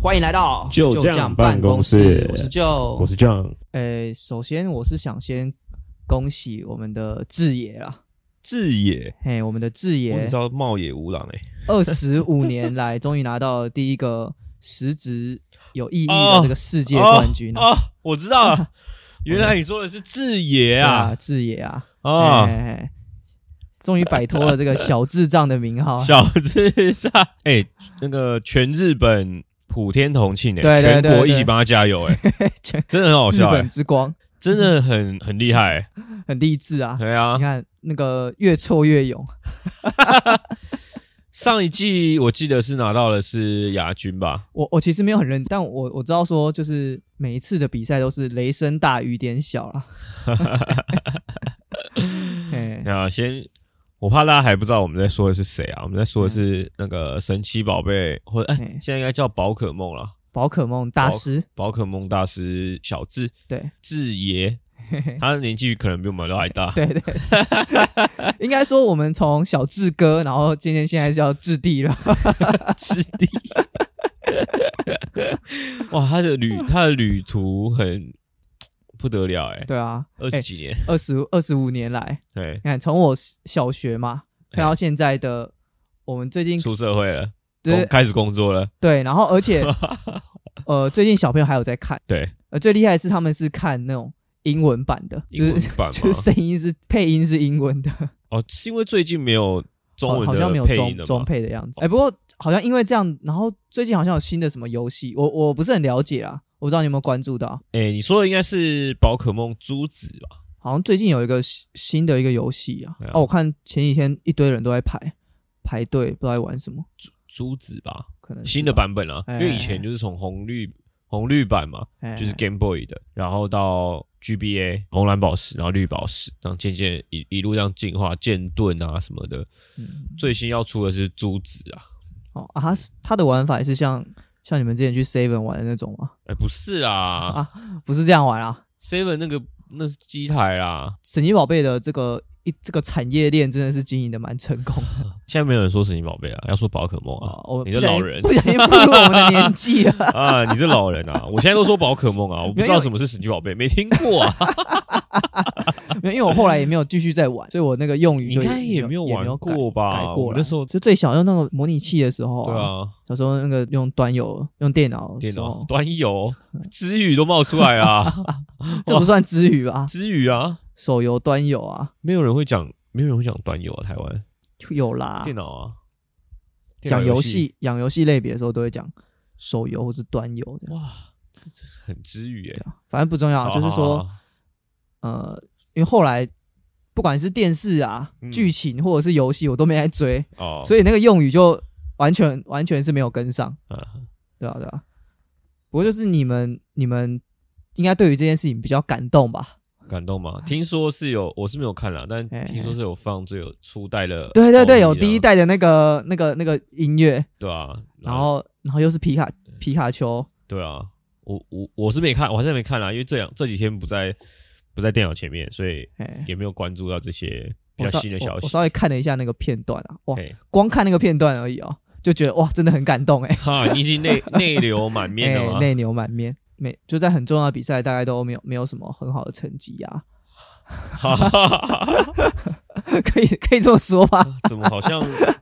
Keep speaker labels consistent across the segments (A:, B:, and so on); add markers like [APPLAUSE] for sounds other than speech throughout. A: 欢迎来到
B: 就这样办公室
A: 我是就，
B: 我是 John，
A: 诶，首先我是想先恭喜我们的志野啦，
C: 志野，
A: 嘿，我们的志
C: 我只
A: 野欸
C: 知道茂野无郎哎、
A: 二十五年来终于拿到了第一个实质有意义的
C: 哦
A: 这个世界冠军啊！
C: 哦，我知道
A: [LAUGHS]
C: 了，原来你说的是志野
A: 对
C: 啊
A: 啊，志野啊，
C: 啊，，
A: 嘿嘿嘿终于摆脱了这个小智障的名号
C: [LAUGHS] 小智上 [LAUGHS] 哎、那个全日本普天同庆哎、
A: 对对对
C: 全国一
A: 对
C: 起帮他加油哎、
A: [LAUGHS] 全
C: 真的很好
A: 日
C: 笑哎、
A: 本之光，
C: 真的很很厉害、欸，
A: 很励志
C: [LAUGHS]
A: 啊！
C: 对啊
A: 你。看那个越挫越勇，
C: 上一季我记得是拿到的是亚军吧？
A: 我我其实没有很认真，但我我知道说，就是每一次的比赛都是雷声大雨点小
C: [LAUGHS]
A: 啦。嘿
C: 啊，先我怕大家还不知道我们在说的是谁啊？我们在说的是那个神奇宝贝，或者哎、
A: 嗯
C: 现在应该叫宝可梦了。
A: 宝可梦大师，
C: 宝可梦大师小智
A: 对 [LAUGHS]
C: 智爷，
A: 嘿嘿
C: 他的年纪可能比我们都还大。
A: 对对， [LAUGHS] 应该说我们从小智哥，然后渐渐现在是要智弟了。
C: 之地。哇，他的旅他的旅途很不得了哎、
A: 对啊，
C: 二十几年，
A: 二十二十五年来，
C: 对，
A: 你看从我小学嘛看到现在的，我们最近
C: 出社会了，工
A: 对
C: 开始工作了，
A: 对，然后而
C: [LAUGHS]
A: 且呃，最近小朋友还有在看，
C: 对，
A: 呃，最厉害的是他们是看那种英文版的，就
C: 英文
A: 是。
C: 版
A: [LAUGHS] 就
C: 嘛
A: 是。声音是配音是英文的，
C: 哦，是因为最近没有中
A: 好
C: 文
A: 好像没
C: 的
A: 有
C: 配
A: 中
C: 音了
A: 中
C: 吗？
A: 配的样子。哎、不过好像因为这样，然后最近好像有新的什么游戏，我我不是很了解啦，我不知道你有没有关注到，
C: 哎、你说的应该是宝可梦珠子吧？
A: 好像最近有一个新新的一个游戏啊
C: 对，啊
A: 哦，我看前几天一堆人都在排排队，不知道在玩什么，
C: 珠子吧，
A: 可能是
C: 新的
A: 吧，
C: 版本啊，
A: 哎
C: 因为以前就是从红绿红绿版嘛，
A: 哎
C: 就是 Game Boy 的，然后到 GBA 红蓝宝石，然后绿宝石，然后渐渐一一路这样进化，剑盾啊什么的。
A: 嗯
C: 最新要出的是珠子啊，
A: 哦啊，它是它的玩法也是像像你们之前去 Seven 玩的那种吗？
C: 哎、不是啦
A: 不是这样玩啊，
C: ，Seven 那个那是机台啊啦，
A: 神奇宝贝的这个一这个产业链真的是经营的蛮成功的。
C: 现在没有人说神奇宝贝啊，要说宝可梦啊
A: 哦，，我
C: 你
A: 不
C: 是
A: 小
C: 老
A: 心
C: 人
A: 不小心步入我们的年纪了。
C: [LAUGHS]
A: [LAUGHS]
C: 啊，你是老人啊！我现在都说宝可梦啊，我不知
A: 没有
C: 道什么是神奇宝贝，没听过
A: [LAUGHS]
C: 啊。
A: 没有因为我后来也没有继续再
C: [LAUGHS]
A: 玩，所以我那个用语
C: 你
A: 就
C: 应该
A: 也
C: 也没
A: 有
C: 有
A: 也没有
C: 玩
A: 改
C: 过吧？
A: 改过哦
C: 我
A: 了。
C: 那时候
A: 就最小用那个模拟器的时候、
C: 对，啊，
A: 小时候那个用端游、用电脑的
C: 电
A: 时候
C: 脑、，
A: [LAUGHS]
C: 端游、知语都冒出来啦，
A: 这不算之语吧？
C: 知语啊，
A: 手游、端游啊，
C: 没有人会讲，没有人会讲端游啊，台湾
A: 有啦。
C: 电脑啊，电脑
A: 讲游，戏、讲游戏类别的时候都会讲手游或是端游这样，
C: 哇，这这很知语哎。
A: 反正不重要。
C: 好
A: 就是，说
C: 好，好
A: 呃，因为后来不管是电视啊、
C: 嗯
A: 剧情或者是游戏，我都没来追，
C: 好哦，
A: 所以那个用语就完全完全是没有跟上。
C: 嗯
A: 对啊，对啊。不过就是你们，你们应该对于这件事情比较感动吧？
C: 感动吗？听说是有，我是没有看啦，但
A: 哎
C: 听说是有放最有初代的，
A: 对对对，有第一
C: 代，
A: 代的那个、那个、那个音乐，
C: 对啊，
A: 然后然后又是皮卡皮卡丘，
C: 对啊，我我我是没看，我还是没看啦，因为这两这几天不在不在电脑前面，所以
A: 哎，
C: 也没有关注到这些
A: 我
C: 比较
A: 稍
C: 新的
A: 我
C: 消
A: 我
C: 息。
A: 稍微看了一下那个片段啊，哇，
C: 嘿
A: 光看那个片段而已哦，就觉得哇，真的很感动哎，
C: 哈，你已经
A: [LAUGHS]
C: 内内流满面了
A: 哎，
C: [LAUGHS] 吗？
A: 内 [LAUGHS] 牛满面，没就在很重要的比赛，大概都没有没有什么很好的成绩啊， [LAUGHS]
C: 哈哈哈哈
A: 可以可以这么说吧？
C: [LAUGHS] 怎么好像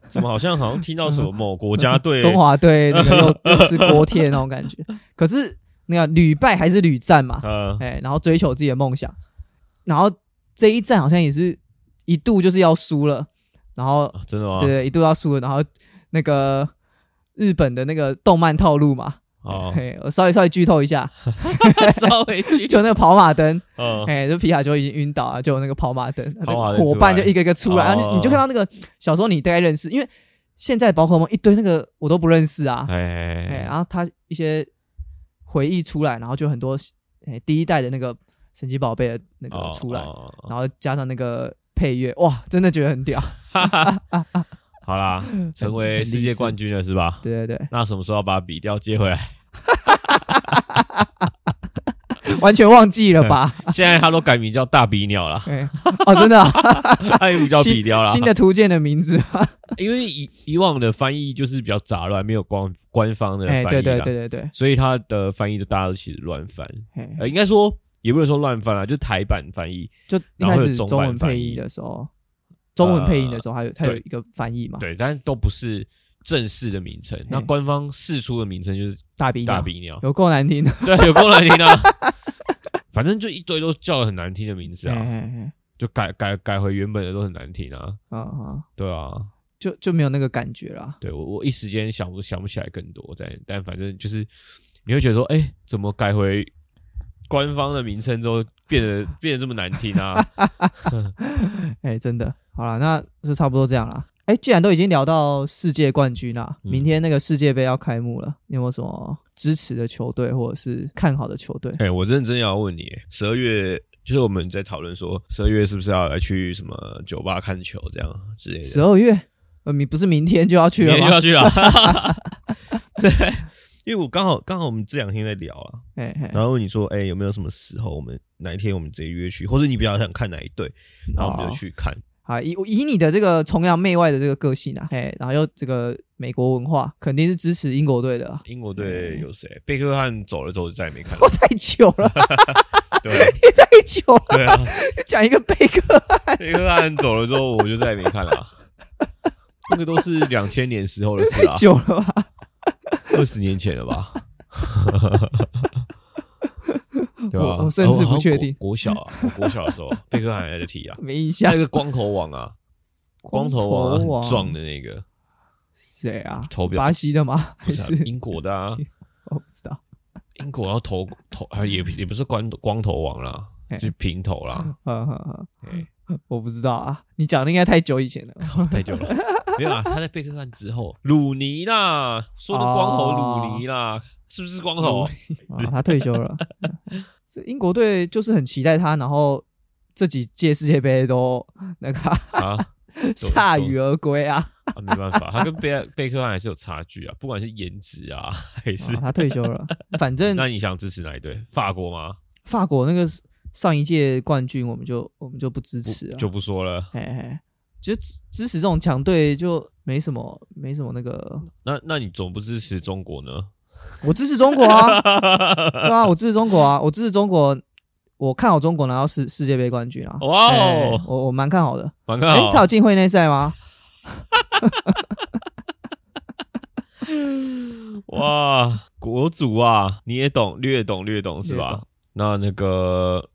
C: 怎么好像好像听到什么某国家队
A: 嗯中华队那个又
C: [LAUGHS]
A: 又是锅贴那种感觉，可是那个屡败还是屡战嘛，
C: 呃
A: 哎，然后追求自己的梦想，然后这一战好像也是一度就是要输了，然后
C: 啊真的吗？
A: 对对，一度要输了，然后那个日本的那个动漫套路嘛， [LAUGHS]
C: 哦，
A: 嘿，我稍微稍微剧透一下，
C: 稍微去
A: 就那个跑马灯，
C: [LAUGHS] 嗯
A: 哎，就皮卡丘已经晕倒啊了，就有那个跑马灯，那
C: 跑马
A: 个
C: 灯
A: 伙
C: 出
A: 伴就
C: 来
A: 一个一个出来，然后
C: 哦
A: 你你就看到那个小时候你大概认识，因为现在宝可梦一堆那个我都不认识啊，
C: 哎
A: 哎，然后他一些回忆出来，然后就很多哎第一代的那个神奇宝贝的那个出来，
C: 哦哦
A: 然后加上那个配乐，哇，真的觉得很屌。
C: 好啦，
A: 嗯
C: 成为世界冠军了是吧？
A: 对对对，
C: 那什么时候要把笔调接回来？
A: 完全忘记了吧？
C: [LAUGHS] [LAUGHS] 现在它都改名叫大鼻
A: [LAUGHS]
C: 鸟了，
A: 对，哦，真的啊、
C: 它也不叫鼻鸟了。
A: 新的图鉴的名字，
C: 因为以以往的翻译就是比较杂乱，没有官官方的翻
A: 哎，
C: 译啦，
A: 对对对对对，
C: 所以它的翻译就大家都其实乱翻，
A: 哎，
C: 呃，应该说也不能说乱翻啦，就是台版翻译，
A: 就一
C: 然后
A: 开
C: 有
A: 始
C: 中
A: 中
C: 文
A: 文
C: 翻
A: 配
C: 译
A: 音的时候，中文配音的时候，还有它有
C: 对
A: 一个翻译嘛，
C: 对，但都不是正式的名称。那官方释出的名称就是
A: 大鼻
C: 大
A: 鸟，
C: 鼻鸟， [LAUGHS]
A: 有够难听的，
C: 对，有够难听的。 [LAUGHS] 反正就一堆都叫得很难听的名字
A: 哎
C: 啊，
A: 哎
C: 就改改改回原本的都很难听啊。
A: 哎，啊啊，
C: 对啊，
A: 就就没有那个感觉啦。
C: 对我我一时间想不想不起来更多，但但反正就是你会觉得说，哎、怎么改回官方的名称之后变得变得这么难听啊？
A: 哎、真的，好了，那就差不多这样啦。哎、既然都已经聊到世界冠军啦，
C: 嗯
A: 明天那个世界杯要开幕了，你有没有什么支持的球队或者是看好的球队？
C: [LAUGHS] 哎、我认真要问你，十二月就是我们在讨论说，十二月是不是要来去什么酒吧看球这样之类的？
A: 十二月，呃，你不是明天就要去
C: 明
A: 了
C: 天就
A: 吗
C: 要？去了， [LAUGHS] 对，因为我刚好刚好我们这两天在聊啊，
A: 哎、嘿
C: 然后问你说，哎、有没有什么时候我们哪一天我们直接约去，或者你比较想看哪一队，然后我
A: 哦
C: 们就去看。
A: 好，啊以以你的这个崇洋媚外的这个个性啊，哎、然后又这个美国文化，肯定是支持英国队的啊、 [LAUGHS]
C: 英国队有谁？贝克汉走了之后就再也没看
A: 我
C: 到。
A: 太久了，
C: [LAUGHS] 对啊
A: 也太久了，
C: 对啊，
A: 讲一个贝克，
C: [LAUGHS] 贝克汉走了之后我就再也没看了啊。那个都是两千年时候的事
A: 太
C: [LAUGHS] 啊，
A: 久了吧？
C: 二十年前了 [LAUGHS] 吧？对吧？
A: 我我甚至
C: 哦好像
A: 不确
C: 国
A: 定
C: 国小啊，我国小的时候贝克汉还在踢 [LAUGHS] 啊，
A: 没印
C: 还
A: 象
C: 有。一个光头王啊，光头王啊很壮的那 [LAUGHS] 个，
A: 谁啊？
C: 头比较
A: 巴西的吗？还
C: 不是啊
A: 是
C: 英国的 [LAUGHS] 啊，
A: [LAUGHS] 我不知道。
C: 英国然后头头啊也也不是光光头王啦，
A: 哎
C: 就是平头 [LAUGHS] 啦，
A: 呵呵呵
C: 哎。
A: 嗯我不知道啊，你讲的应该太久以前
C: [LAUGHS]
A: 了。
C: 太久了，没有啊，他在贝克汉之后，鲁尼啦，说的光头鲁尼啦，是不是光头？
A: 啊，他退休
C: [LAUGHS]
A: 了。这英国队就是很期待他，然后这几届世界杯都那个啊
C: 啊
A: 铩羽而归啊。
C: 啊，没办法，他跟贝贝克汉还是有差距啊，不管是颜值啊 [LAUGHS] 还是
A: 啊，。他退休了，反正
C: 那你想支持哪一队？法国吗？
A: 法国那个上一届冠军，我们就我们就不支
C: 不
A: 持啊。
C: 就不说了。
A: 嘿嘿，其实支支持这种强队就没什么没什么那个。
C: 那那你总不支持中国呢？
A: 我支持中国
C: [LAUGHS]
A: 啊，对啊，我支持中国啊，我支持中国，我看好中国拿到世世界杯冠军啊！
C: 哇
A: 哎
C: 哦，啊
A: 我我蛮看好的。
C: 蛮
A: 哎、
C: 看好
A: 他有进会内赛吗？
C: 哇，国足啊，你也懂，略懂略懂是
A: 略
C: 吧
A: 懂？
C: 那那个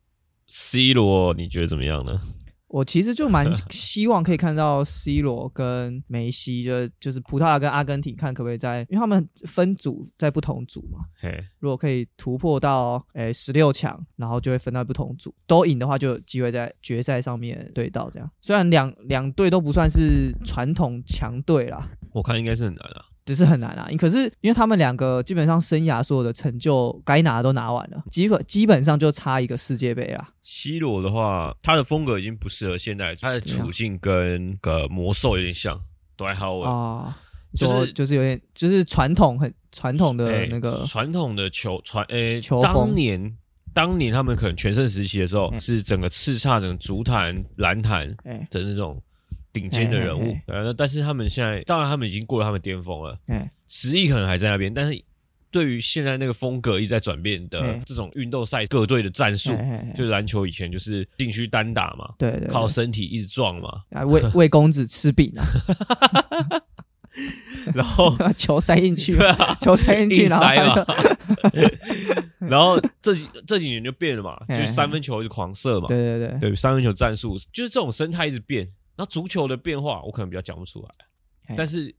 C: C 罗，你觉得怎么样呢？
A: 我其实就蛮
C: [LAUGHS]
A: 希望可以看到 C 罗跟梅西，就就是葡萄牙跟阿根廷，看可不可以在，因为他们分组在不同组嘛。
C: 嘿，
A: 如果可以突破到诶十六强，然后就会分到不同组，都赢的话就有机会在决赛上面对到这样。虽然两两队都不算是传统强队啦，
C: 我看应该是很难啊。
A: 只是很难啊。可是因为他们两个基本上生涯所有的成就该拿的都拿完了，基本基本上就差一个世界杯啦。
C: C 罗的话，他的风格已经不适合现代，他的处境跟个魔兽有点像，都还好
A: 啊、
C: 我
A: 你
C: 就是
A: 说就是有点就是传统很传统的
C: 哎
A: 那个，
C: 传统的球传诶、
A: 球风
C: 当年当年他们可能全盛时期的时候，
A: 嗯
C: 是整个叱咤整个足坛、篮坛
A: 哎
C: 的那种顶尖的人物
A: 哎哎。
C: 呃，那但是他们现在，当然他们已经过了他们巅峰了，
A: 哎
C: 实力可能还在那边，但是对于现在那个风格一直在转变的
A: 嗯
C: 这种运动赛各队的战术
A: 哎，哎，
C: 就篮球以前就是禁区单打嘛，
A: 对对
C: 靠
A: 对，
C: 身体一直
A: [LAUGHS]
C: 撞嘛，
A: 啊魏魏公子吃饼
C: [LAUGHS]
A: 啊，
C: 然后
A: 球塞进
C: [LAUGHS]
A: 去
C: 对，啊，
A: 球塞进去，
C: 硬
A: 然后
C: 塞
A: 他就
C: 嘛，然后这几这几年就变了嘛，
A: 嘿
C: 就是三分球就狂射嘛，
A: 对对对
C: 对，三分球战术就是这种生态一直变。然后足球的变化，我可能比较讲不出来
A: 嘿，
C: 但是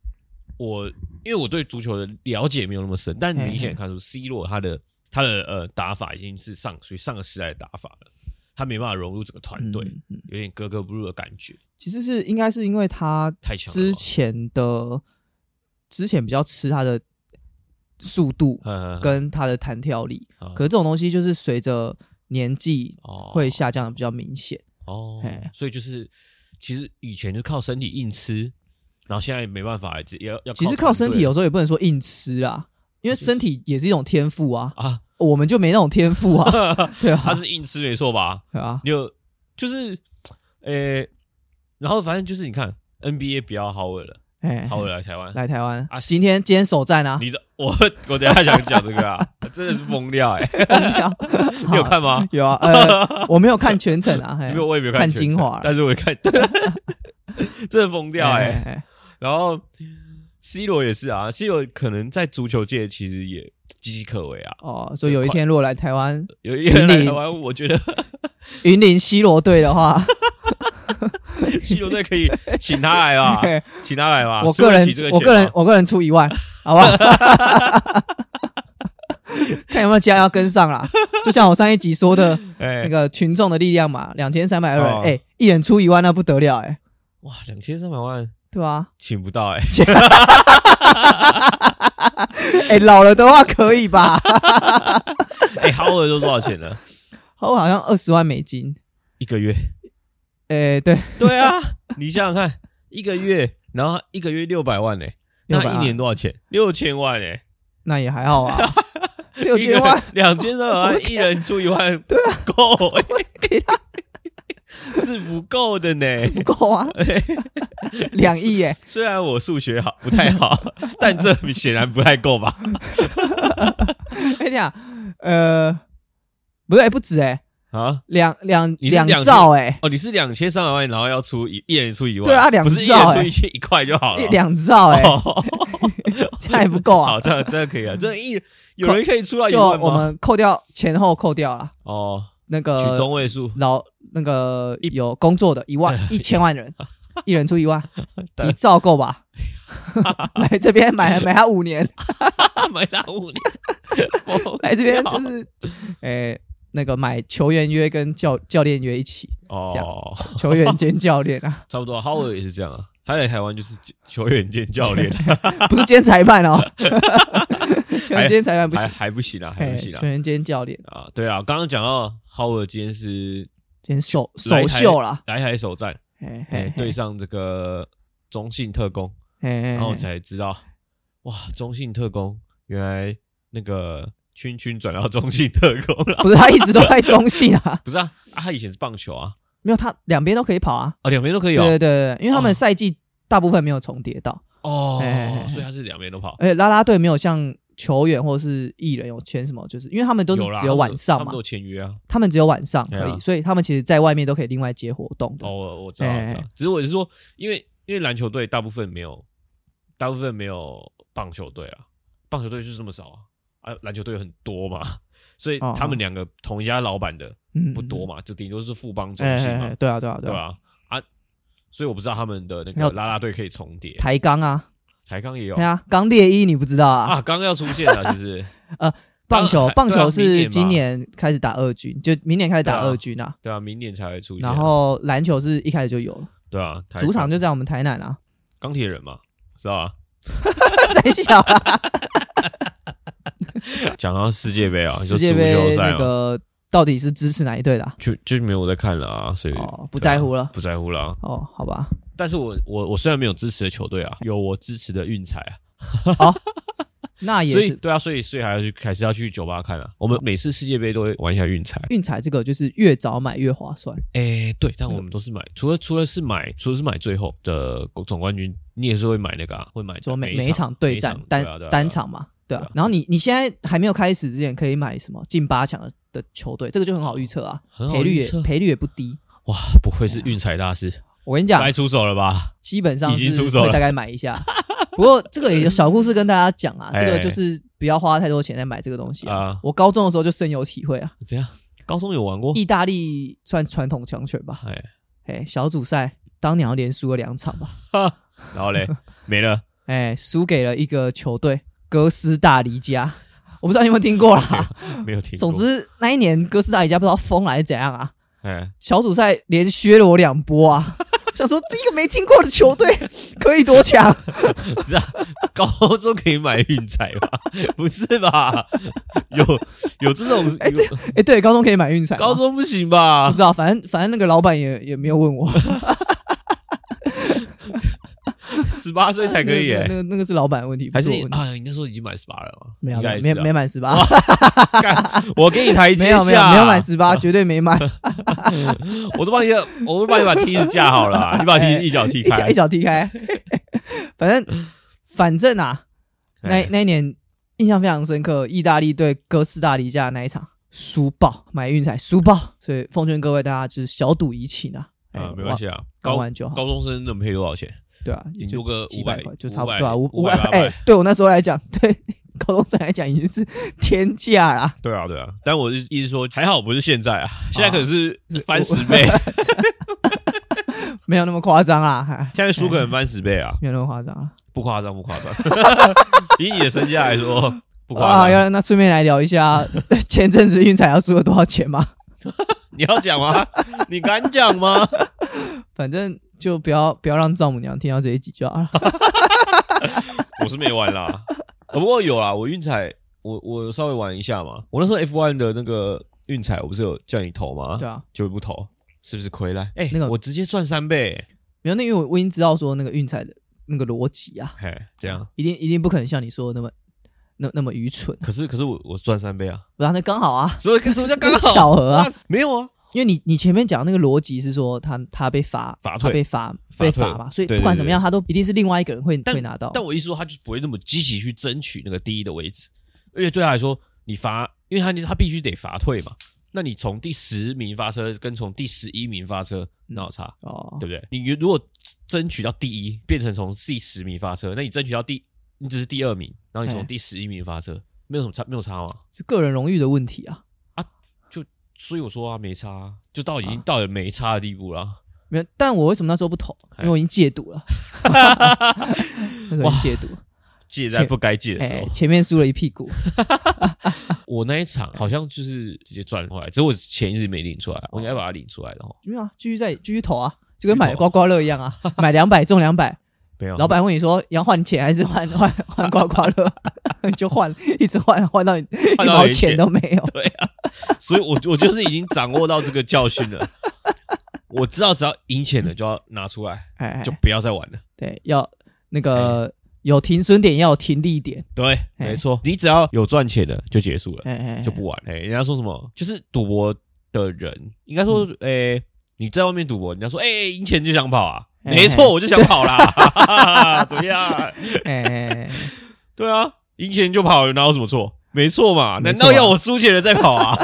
C: 我因为我对足球的了解没有那么深，但
A: 嘿嘿
C: 明显看出 C 罗他的他的呃打法已经是上属于上个时代的打法了，他没办法融入整个团队，
A: 嗯嗯
C: 有点格格不入的感觉，
A: 其实是应该是因为他
C: 太强了
A: 之前的之前比较吃他的速度
C: 吧。嗯
A: 跟他的弹跳力，
C: 嗯
A: 可是这种东西就是随着年纪
C: 哦
A: 会下降的比较明显。
C: 哦
A: 嘿，
C: 所以就是其实以前就是靠身体硬吃，然后现在没办法，也要要
A: 其实靠身体有
C: 团
A: 时候也不能说硬吃啊，因为身体也是一种天赋啊。
C: 队啊，
A: 我们就没那种天赋
C: [LAUGHS]
A: 啊，对
C: 他
A: 啊，
C: 是硬吃没错吧？
A: 对啊，
C: 你有就是，呃，然后反正就是你看 NBA 不要好尔了，
A: 哎，
C: 好尔来台湾，
A: [LAUGHS] 来台湾
C: 啊，
A: 今天今天首战啊，
C: 你这我我等一下想讲这个啊，真的是疯掉哎、
A: [LAUGHS]
C: 欸，
A: 疯掉
C: [LAUGHS] 你有看吗？
A: 有啊，呃，我没有看全程
C: [LAUGHS]
A: 啊，嘿
C: 因为我也没有
A: 看
C: 全
A: 精
C: 程
A: 华
C: 但是我看，真的疯掉哎、欸。
A: 哎
C: 然后 C 罗也是啊，C 罗可能在足球界其实也岌岌可危啊。
A: 哦，所以有一天如果来台湾
C: 有一天来
A: 引领
C: 台湾，我
A: [LAUGHS]
C: 觉得
A: 云林西罗队的话，
C: C 罗队可以请他来吧，
A: [LAUGHS] 嘿
C: 请他来吧。
A: 我个人
C: 出得起这个
A: 我
C: 钱啊
A: 个人
C: 吗
A: 我个人出一万，好不好？ [LAUGHS] 看有没有家要跟上啦，就像我上一集说
C: [LAUGHS]
A: 的
C: 哎、
A: 那个群众的力量嘛，两千三百二
C: 哦，
A: 哎，一人出一万那不得了，哎，
C: 哇，两千三百万
A: 对啊吧？
C: 请不到哎、
A: 哎，老了的话可以吧？ [LAUGHS]
C: 哎、豪尔都多少钱呢？
A: 我好像二十万美金，
C: 一个月。
A: 哎，对，
C: 对啊，你想想看，一个月，然后一个月六百万呢、
A: 600
C: 那
A: 万
C: 一年多少钱？六千万哎、
A: 那也还好
C: [LAUGHS]
A: 啊，六千万，
C: 两千三百万，一人出一万，对啊，够、欸，
A: 给他
C: [LAUGHS] 是不够的呢。哎
A: 不够啊，两亿哎耶，
C: 虽然我数学好不太好，但这显然不太够吧？
A: 哎呀，呃，不对，不止哎，
C: 啊，
A: 两两
C: 你是两
A: 兆哎，
C: 哦，你是两千三百万，然后要出一一人出一万，
A: 对啊两
C: 不是一
A: 兆
C: 人
A: 欸
C: 出一千一块就好了。
A: 两兆哎，
C: 哦，
A: [LAUGHS] 这还不够啊
C: 好，。这样这样可以啊，这一有人可以出到一
A: 就
C: 万
A: 我
C: 吗？
A: 们呃扣掉前后扣掉了
C: 哦，
A: 那
C: 取
A: 个
C: 中
A: [LAUGHS]
C: 位数，
A: 老那个有工作的一
C: [LAUGHS]，
A: 万一千万人，一人出一万
C: 对
A: 一兆够
C: [LAUGHS]
A: 吧？来这边买买他五年，
C: 买到五年， [LAUGHS]
A: 来这边就是，诶、那个买球员约跟教教练约一起，这
C: 哦，
A: 球员兼教练啊， [LAUGHS]
C: 差不多。哈维也是这样啊，他来台湾就是球员兼教练，
A: 不是兼裁判哦， [LAUGHS] 球员兼裁 [LAUGHS] 判不
C: 还
A: 行，
C: 还不行啊，还
A: 哎
C: 不行啊
A: 球。员兼教练
C: 啊，对啊，刚刚讲到哈维今天是
A: 兼首
C: 来
A: 首
C: 台
A: 秀啦，
C: 来台首战，
A: 哎
C: 哎，
A: 哎
C: 对哦上这个中信特工，
A: 哎
C: 然后我才知道，哇，中信特工原来那个圈圈转到中信特工了，
A: 不是他一直都在中信啊，
C: 不是啊，啊他以前是棒球啊，
A: [LAUGHS] 没有他两边都可以跑啊，
C: 啊，两边都可以哦，
A: 对对对，对因为他
C: 哦
A: 们赛季大部分没有重叠到，哎哎
C: 哦
A: 哎，
C: 所以他是两边都跑，
A: 而且啦啦队没有像球员或是艺人有签什么，就是因为他们都是
C: 有啦
A: 只有晚
C: 他
A: 上
C: 们
A: 嘛
C: 都，有签约啊，
A: 他们只有晚上可
C: 对啊
A: 以，所以他们其实在外面都可以另外接活动的
C: 哦，。我我知道，
A: 哎哎
C: 我知道只是我是说，因为因为篮球队大部分没有，大部分没有棒球队啊，棒球队就是这么少啊，啊，篮球队很多嘛， [LAUGHS] 所以
A: 哦
C: 他们两个同一家老板的
A: 嗯，
C: 不多嘛，就顶多是富邦中
A: 哎，
C: 心
A: 哎
C: 嘛，
A: 哎对啊对啊
C: 对
A: 对啊，
C: 吧、啊？所以我不知道他们的那
A: 还有
C: 个啦啦队可以重叠，
A: 抬杠啊，
C: 台钢也有
A: 对啊，刚烈一你不知道啊？
C: 啊，刚刚要出现了，是
A: [LAUGHS]
C: 不是？
A: 棒球
C: 还
A: 棒
C: 对啊
A: 球
C: 明
A: 是
C: 年嘛
A: 今年开始打二军，就明年开始打
C: 对啊
A: 二军啊。
C: 对啊，明年才会出现啊。
A: 然后篮球是一开始就有了，
C: 对啊，台
A: 主场
C: 钢
A: 就在我们台南啊， [LAUGHS]
C: 钢铁人嘛，知道 [LAUGHS] 吧？
A: 谁小啊？
C: 讲到世界杯啊，你说
A: 世界
C: 足
A: 杯
C: 球赛
A: 那
C: 啊
A: 个到底是支持哪一队的啊？
C: 就就没有我在看了啊，所以
A: 哦，不
C: 对啊
A: 在乎了。
C: 不在乎了啊。
A: 哦，好吧，
C: 但是我我我虽然没有支持的球队啊，有我支持的运彩啊，
A: 那
C: 所
A: 也
C: 以
A: 是
C: 对啊，所以所以还要去还是要去酒吧看啊。我们每次世界杯都会玩一下运彩，
A: 运彩这个就是越早买越划算。
C: 哎、对，但我们都是买，除了除了是买，除了是买最后的总冠军，你也是会买那个啊，会买
A: 说每
C: 每
A: 每一场对战
C: 每一场
A: 单
C: 对啊对啊
A: 单场嘛，对啊
C: 对啊。
A: 然后你你现在还没有开始之前，可以买什么进八强的的球队，这个就很好预测啊，
C: 很好
A: 赔率
C: 预测
A: 也赔率也不低。
C: 哇，不愧是运彩大师，
A: 我跟你讲
C: 该，出手了吧？
A: 基本上
C: 已经
A: 是
C: 出手了
A: 会大概买一下。 [LAUGHS] 不过这个也有小故事跟大家讲
C: [LAUGHS]
A: 啊，这个就是不要花太多钱来买这个东西啊
C: 哎啊。
A: 我高中的时候就深有体会啊，
C: 怎样？高中有玩过？
A: 意大利算传统强权吧，
C: 哎、
A: 哎，小组赛当年好像连输了两场吧，
C: 哈，然后嘞，没了，
A: 哎，输给了一个球队哥斯达黎加，我不知道你有没有听过啦。
C: 没有 [LAUGHS] 听过。
A: 总，之那一年哥斯达黎加不知道疯了还是怎样啊，
C: 哎、 [LAUGHS]
A: 小组赛连削了我两波啊， [LAUGHS] 想说这一个没听过的球队可以多强，
C: 是啊，高中可以买运彩吧？ [LAUGHS] 不是吧？有有这种？
A: [LAUGHS] 哎这
C: 有
A: 哎、对，高中可以买运彩吗，
C: 高中不行吧
A: 不？知道，反正反正那个老板也也没有问我，
C: 十八岁才可以
A: 那个
C: 哎、
A: 那个那个是老板的问题，不
C: 还是
A: 我
C: 你
A: 问题
C: 啊？你那时候已经满十八了吗？
A: 没有
C: 应该
A: 没
C: 是啊
A: 没满十八，
C: 干我给你台阶
A: 没
C: 下，啊
A: 有没有没有满十八，绝对没满，
C: 我都帮你，我都帮你把梯子架好
A: [LAUGHS]
C: 了啊，你把梯子一脚 [LAUGHS] 踢
A: 一脚
C: 开
A: 一，脚踢开。 [LAUGHS] 反正反正啊，那
C: 哎
A: 那一年印象非常深刻，意大利对哥斯达黎加的那一场输爆，买运彩输爆，所以奉劝各位大家就是小赌怡情啊，哎
C: 啊，没关系，啊，
A: 玩
C: 高
A: 玩完就好，
C: 高中生能赔多少钱？
A: 对啊，
C: 顶
A: 就
C: 多个
A: 几几
C: 500
A: 块，就差不多啊，
C: 500
A: 五
C: 500800
A: 哎，对我那时候来讲， [LAUGHS] 对高中生来讲已经是天价啦，
C: 对啊，对啊，但我是意思说，还好不是现在啊，现在可是是
A: 啊
C: 翻十倍，
A: 没有那么夸张啦，哎
C: 现在输可能翻十倍啊，
A: 没有那么夸张啦。
C: 不夸张，不夸 [LAUGHS] 张，以你的身价来说，不
A: 啊，
C: 夸张。
A: 要那顺便来聊一
C: [LAUGHS]
A: 下前阵子运彩要输了多少钱吗？
C: 你要讲 [LAUGHS] 吗？你敢讲吗？
A: 反正就不要不要让丈母娘听到这一集就好
C: [LAUGHS]
A: 了。
C: 我是没玩啦，哦不过有啦，我运彩，我我稍微玩一下嘛。我那时候 F1 的那个运彩，我不是有叫你投吗？
A: 对啊，
C: 就不投，是不是亏了？哎、
A: 那个
C: 我直接赚三倍、
A: 没有，那因为我我已经知道说那个运彩的那个逻辑啊，
C: 嘿，这样。
A: 一定一定不可能像你说的那么那那么愚蠢，啊
C: 可是可是我我赚三倍啊，
A: 不然那刚好啊，
C: 所以什么叫刚好
A: 巧合啊？
C: 没有啊，
A: 因为你你前面讲那个逻辑是说他他被罚，
C: 罚
A: 他
C: 退
A: 被罚
C: 罚
A: 被
C: 退
A: 罚嘛，所以
C: 对
A: 不管
C: 对
A: 怎么样，他都一定是另外一个人会
C: 但
A: 会拿到。
C: 但我意思说，他就不会那么积极去争取那个第一的位置，因为对他来说，你罚，因为他他必须得罚退嘛。那你从第十名发车跟从第十一名发车，那有差，
A: 嗯哦，
C: 对不对？你如果争取到第一，变成从第十名发车，那你争取到第，你只是第二名，然后你
A: 哎
C: 从第十一名发车，没有什么差，没有差吗？
A: 就个人荣誉的问题啊，
C: 所以我说啊，没差啊，就到已经
A: 啊
C: 到了没差的地步了。
A: 没有。但我为什么那时候不投？
C: 哎
A: 因为我已经戒赌
C: [LAUGHS]
A: 了，那时候已经戒赌了。
C: 借在不该借的时
A: 哎
C: 候，，
A: 前面输了一屁股，
C: 我那一场好像就是直接赚回来，只是我钱一直没领出来，我应该把它领出来的哦。
A: 没有啊，继续再继续投啊，就跟买刮刮乐一样啊，买两百中两百，
C: 没有，
A: 老板问你说你要换钱还是换换换刮刮乐， [LAUGHS] 你就换，一直换换到你一
C: 换到
A: 毛
C: 没
A: 钱
C: 钱
A: 都没
C: [LAUGHS]
A: 有。
C: 所以我我就是已经掌握到这个教训了。我知道只要赢钱了就要拿出来，
A: 哎，哎
C: 就不要再玩了。
A: 对，要那
C: 哎
A: 个有停损点，要有停利点，
C: 对，
A: 哎
C: 没错，你只要有赚钱的就结束了，
A: 哎哎，哎
C: 就不玩。哎，人家说什么就是赌博的人，应该说，哎，你在外面赌博，人家说，哎，赢钱就想跑啊，
A: 嗯哎
C: 没
A: 哎
C: 错，我就想
A: [LAUGHS]
C: 跑啦，怎么样？
A: 哎哎哎 [LAUGHS] 哎
C: 对啊，赢钱就跑，哪有什么错？没错嘛，
A: 没
C: 难
A: 错啊
C: 道要我输钱了再跑啊？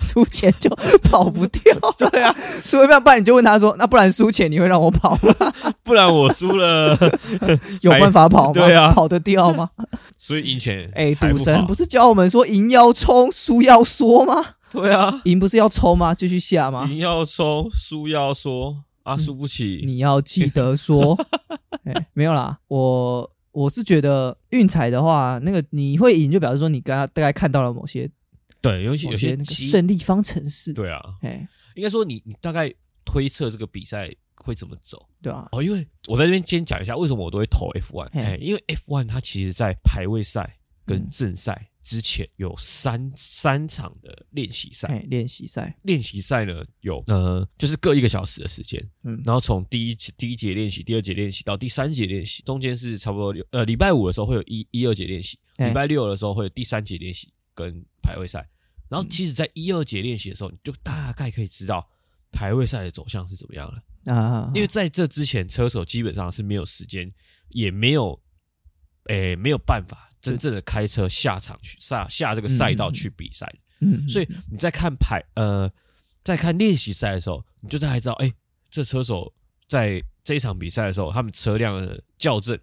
A: 输钱就跑不掉。
C: 对啊，
A: 输一半半你就问他说，那不然输钱你会让我跑吗？
C: 不然我输了，
A: 有办法跑吗？
C: [LAUGHS] 对啊
A: 跑得掉吗？
C: [LAUGHS] 所以赢钱
A: 哎，
C: 还
A: 赌神
C: 跑
A: 不是教我们说赢要冲，输要缩吗？
C: 对啊，
A: 赢不是要冲吗？继续下吗？
C: 赢要收，输要说啊，输不起，
A: 嗯你要记得
C: [LAUGHS]
A: 说，哎，没有啦，我我是觉得运彩的话，那个你会赢，就表示说你刚刚大概看到了某些
C: 对，尤其
A: 某
C: 有
A: 些
C: 些
A: 哦那个
C: 机
A: 胜利方程式，，
C: 对啊，
A: 哎，
C: 应该说你你大概推测这个比赛会怎么走
A: 对啊，
C: 哦，因为我在这边先讲一下为什么我都会投 F1，
A: 嘿
C: 哎，因为 F1 它其实在排位赛
A: 嗯
C: 跟正赛之前有三三场的练习赛，
A: 哎，练习赛，
C: 练习赛呢有呃，就是各一个小时的时间，
A: 嗯，
C: 然后从第一第一节练习、第二节练习到第三节练习，中间是差不多六呃礼拜五的时候会有一一二节练习，
A: 哎
C: 礼拜六的时候会有第三节练习跟排位赛。然后其实，在一二节练习的时候，你就大概可以知道排位赛的走向是怎么样了，
A: 啊，
C: 因为在这之前，车手基本上是没有时间，也没有诶没有办法真正的开车下场去下下这个赛道去比赛的
A: 嗯，
C: 所以你在看排呃，在看练习赛的时候，你就大概知道，哎、这车手在这一场比赛的时候，他们车辆的校正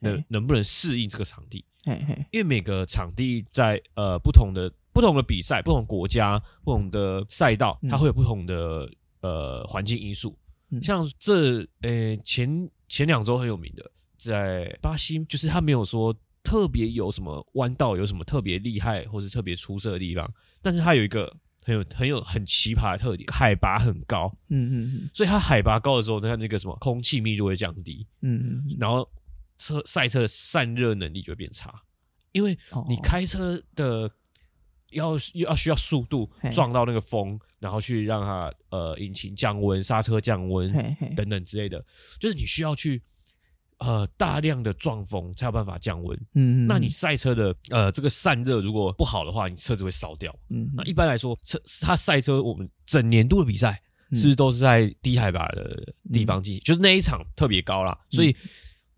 C: 能
A: 哎
C: 能不能适应这个场地？
A: 哎哎，
C: 因为每个场地在呃不同的不同的比赛、不同国家、不同的赛道
A: 嗯，
C: 它会有不同的呃环境因素。
A: 嗯
C: 像这呃前前两周很有名的，在巴西，就是他没有说特别有什么弯道有什么特别厉害或是特别出色的地方，但是它有一个很有很有很奇葩的特点，海拔很高，
A: 嗯嗯
C: 所以它海拔高的时候，它那个什么空气密度会降低，
A: 嗯嗯，
C: 然后车赛车的散热能力就会变差，因为
A: 后
C: 你，开车的要要需要速度
A: 嘿
C: 撞到那个风，然后去让它呃引擎降温、刹车降温
A: 嘿嘿，
C: 等等之类的，就是你需要去呃大量的撞风才有办法降温。
A: 嗯，嗯
C: 那你赛车的呃这个散热如果不好的话，你车子会烧掉。
A: 嗯
C: 那一般来说，车它赛车我们整年度的比赛
A: 嗯
C: 是不是都是在低海拔的地方进行？就是那一场特别高啦，所以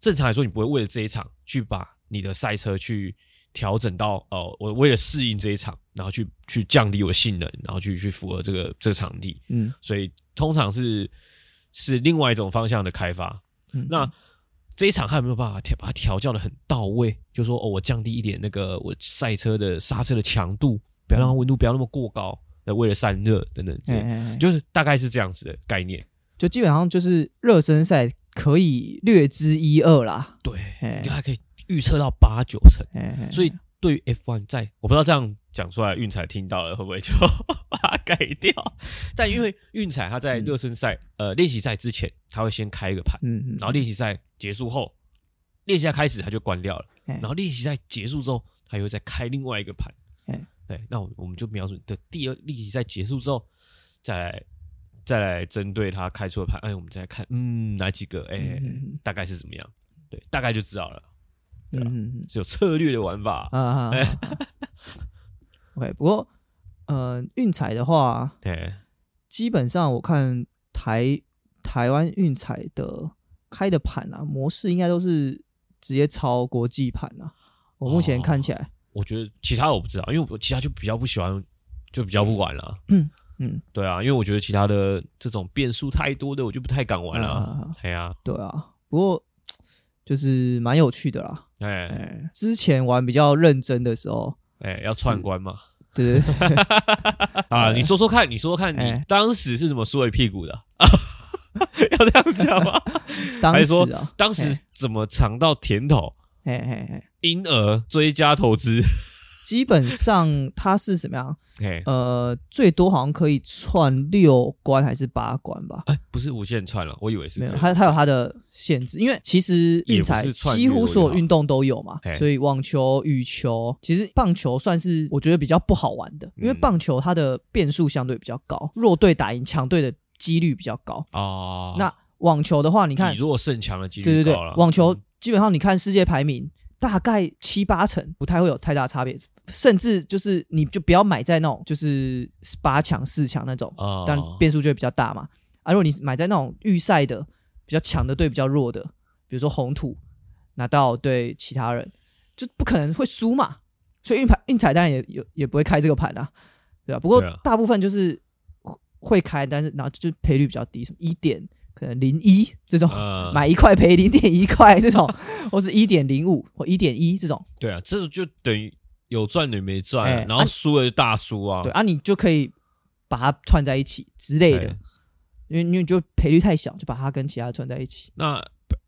C: 正常来说，你不会为了这一场去把你的赛车去调整到呃，我为了适应这一场，然后去去降低我的性能，然后去去符合这个这个场地，
A: 嗯
C: 所以通常是是另外一种方向的开发。
A: 嗯
C: 那这一场还有没有办法调把它调教的很到位？就说哦，我降低一点那个我赛车的刹车的强度，不要让它温度不要那么过高，那为了散热等等之
A: 嗯哎
C: 类，
A: 哎哎
C: 就是大概是这样子的概念。
A: 就基本上就是热身赛可以略知一二啦。
C: 对，
A: 哎
C: 你还可以预测到八九成。
A: 哎，哎
C: 所以对于 F1 在，我不知道这样讲出来，运彩听到了会不会就 [LAUGHS] 把它改掉？ [LAUGHS] 但因为运彩它在
A: 嗯
C: 热身赛、呃练习赛之前，它会先开一个盘，
A: 嗯嗯，
C: 然后练习赛结束后，练习赛开始它就关掉了，
A: 哎
C: 然后练习赛结束之后，它又再开另外一个盘
A: 哎。
C: 对，那我我们就瞄准的第二练习赛结束之后，再来再来针对它开出的盘，哎，我们再来看，嗯，哪几个，哎、
A: 嗯
C: 大概是怎么样？对，大概就知道了，对啊
A: 嗯嗯
C: 是有策略的玩法。
A: 嗯啊啊啊啊 [LAUGHS] ，OK，不过呃，运彩的话，
C: 对，
A: 基本上我看台台湾运彩的开的盘啊模式，应该都是直接抄国际盘啊。我目前看起来，
C: 我觉得其他我不知道，因为我其他就比较不喜欢，就比较不玩了。
A: 嗯，
C: 对啊，因为我觉得其他的这种变数太多的，我就不太敢玩了。
A: 啊
C: 哎呀，
A: 对啊，不过就是蛮有趣的啦。
C: 哎
A: 哎，之前玩比较认真的时候，
C: 哎，要串
A: [LAUGHS]
C: 关嘛？
A: 对对对
C: 啊， [LAUGHS] 你说说看，你说说看，
A: 哎
C: 你当时是怎么缩一屁股的？
A: [LAUGHS]
C: 要这样讲吗？
A: 当
C: 还
A: 时
C: 说
A: 啊，
C: 当时怎么尝到甜头？
A: 嘿嘿嘿，
C: 因而追加
A: [LAUGHS]
C: 投资？
A: 基本上它是什么样？
C: 哎
A: 呃，最多好像可以串六关还是八关吧？
C: 哎，不是无限串了，我以为是
A: 没有，
C: 可以
A: 它它有它的限制，因为其实
C: 也
A: 运
C: 不
A: 彩
C: 是串
A: 几
C: 越
A: 乎
C: 位
A: 所有
C: 啊
A: 运动都有嘛
C: 嘿，
A: 所以网球、羽球，其实棒球算是我觉得比较不好玩的，因为
C: 嗯
A: 棒球它的变数相对比较高，弱队打赢强队的几率比较高。
C: 哦。
A: 那网球的话，你
C: 你
A: 看
C: 以，弱胜强的几
A: 对对
C: 率
A: 对
C: 高了。，嗯
A: 网球基本上你看世界排名大概七八成，不太会有太大差别，甚至就是你就不要买在那种就是八强、四强那种，
C: 啊，
A: 但变数就会比较大嘛。啊，如果你买在那种预赛的比较强的对比较弱的，比如说红土拿到对其他人，就不可能会输嘛。所以运盘运彩当然也也也不会开这个盘啊，对吧、不过
C: 对啊
A: 大部分就是会会开，但是然后就就赔率比较低，什么一点可能零一这种，[LAUGHS]
C: 嗯
A: 买一块赔零点一块这
C: [LAUGHS]
A: 种，或是一点零五或一点一这种，
C: 对啊，这就等于有赚等于没赚啊、
A: 哎
C: 然
A: 啊
C: 后输了就大输啊。
A: 对啊，你就可以把它串在一起之类的
C: 对，
A: 因为因为你就赔率太小，就把它跟其他的串在一起。
C: 那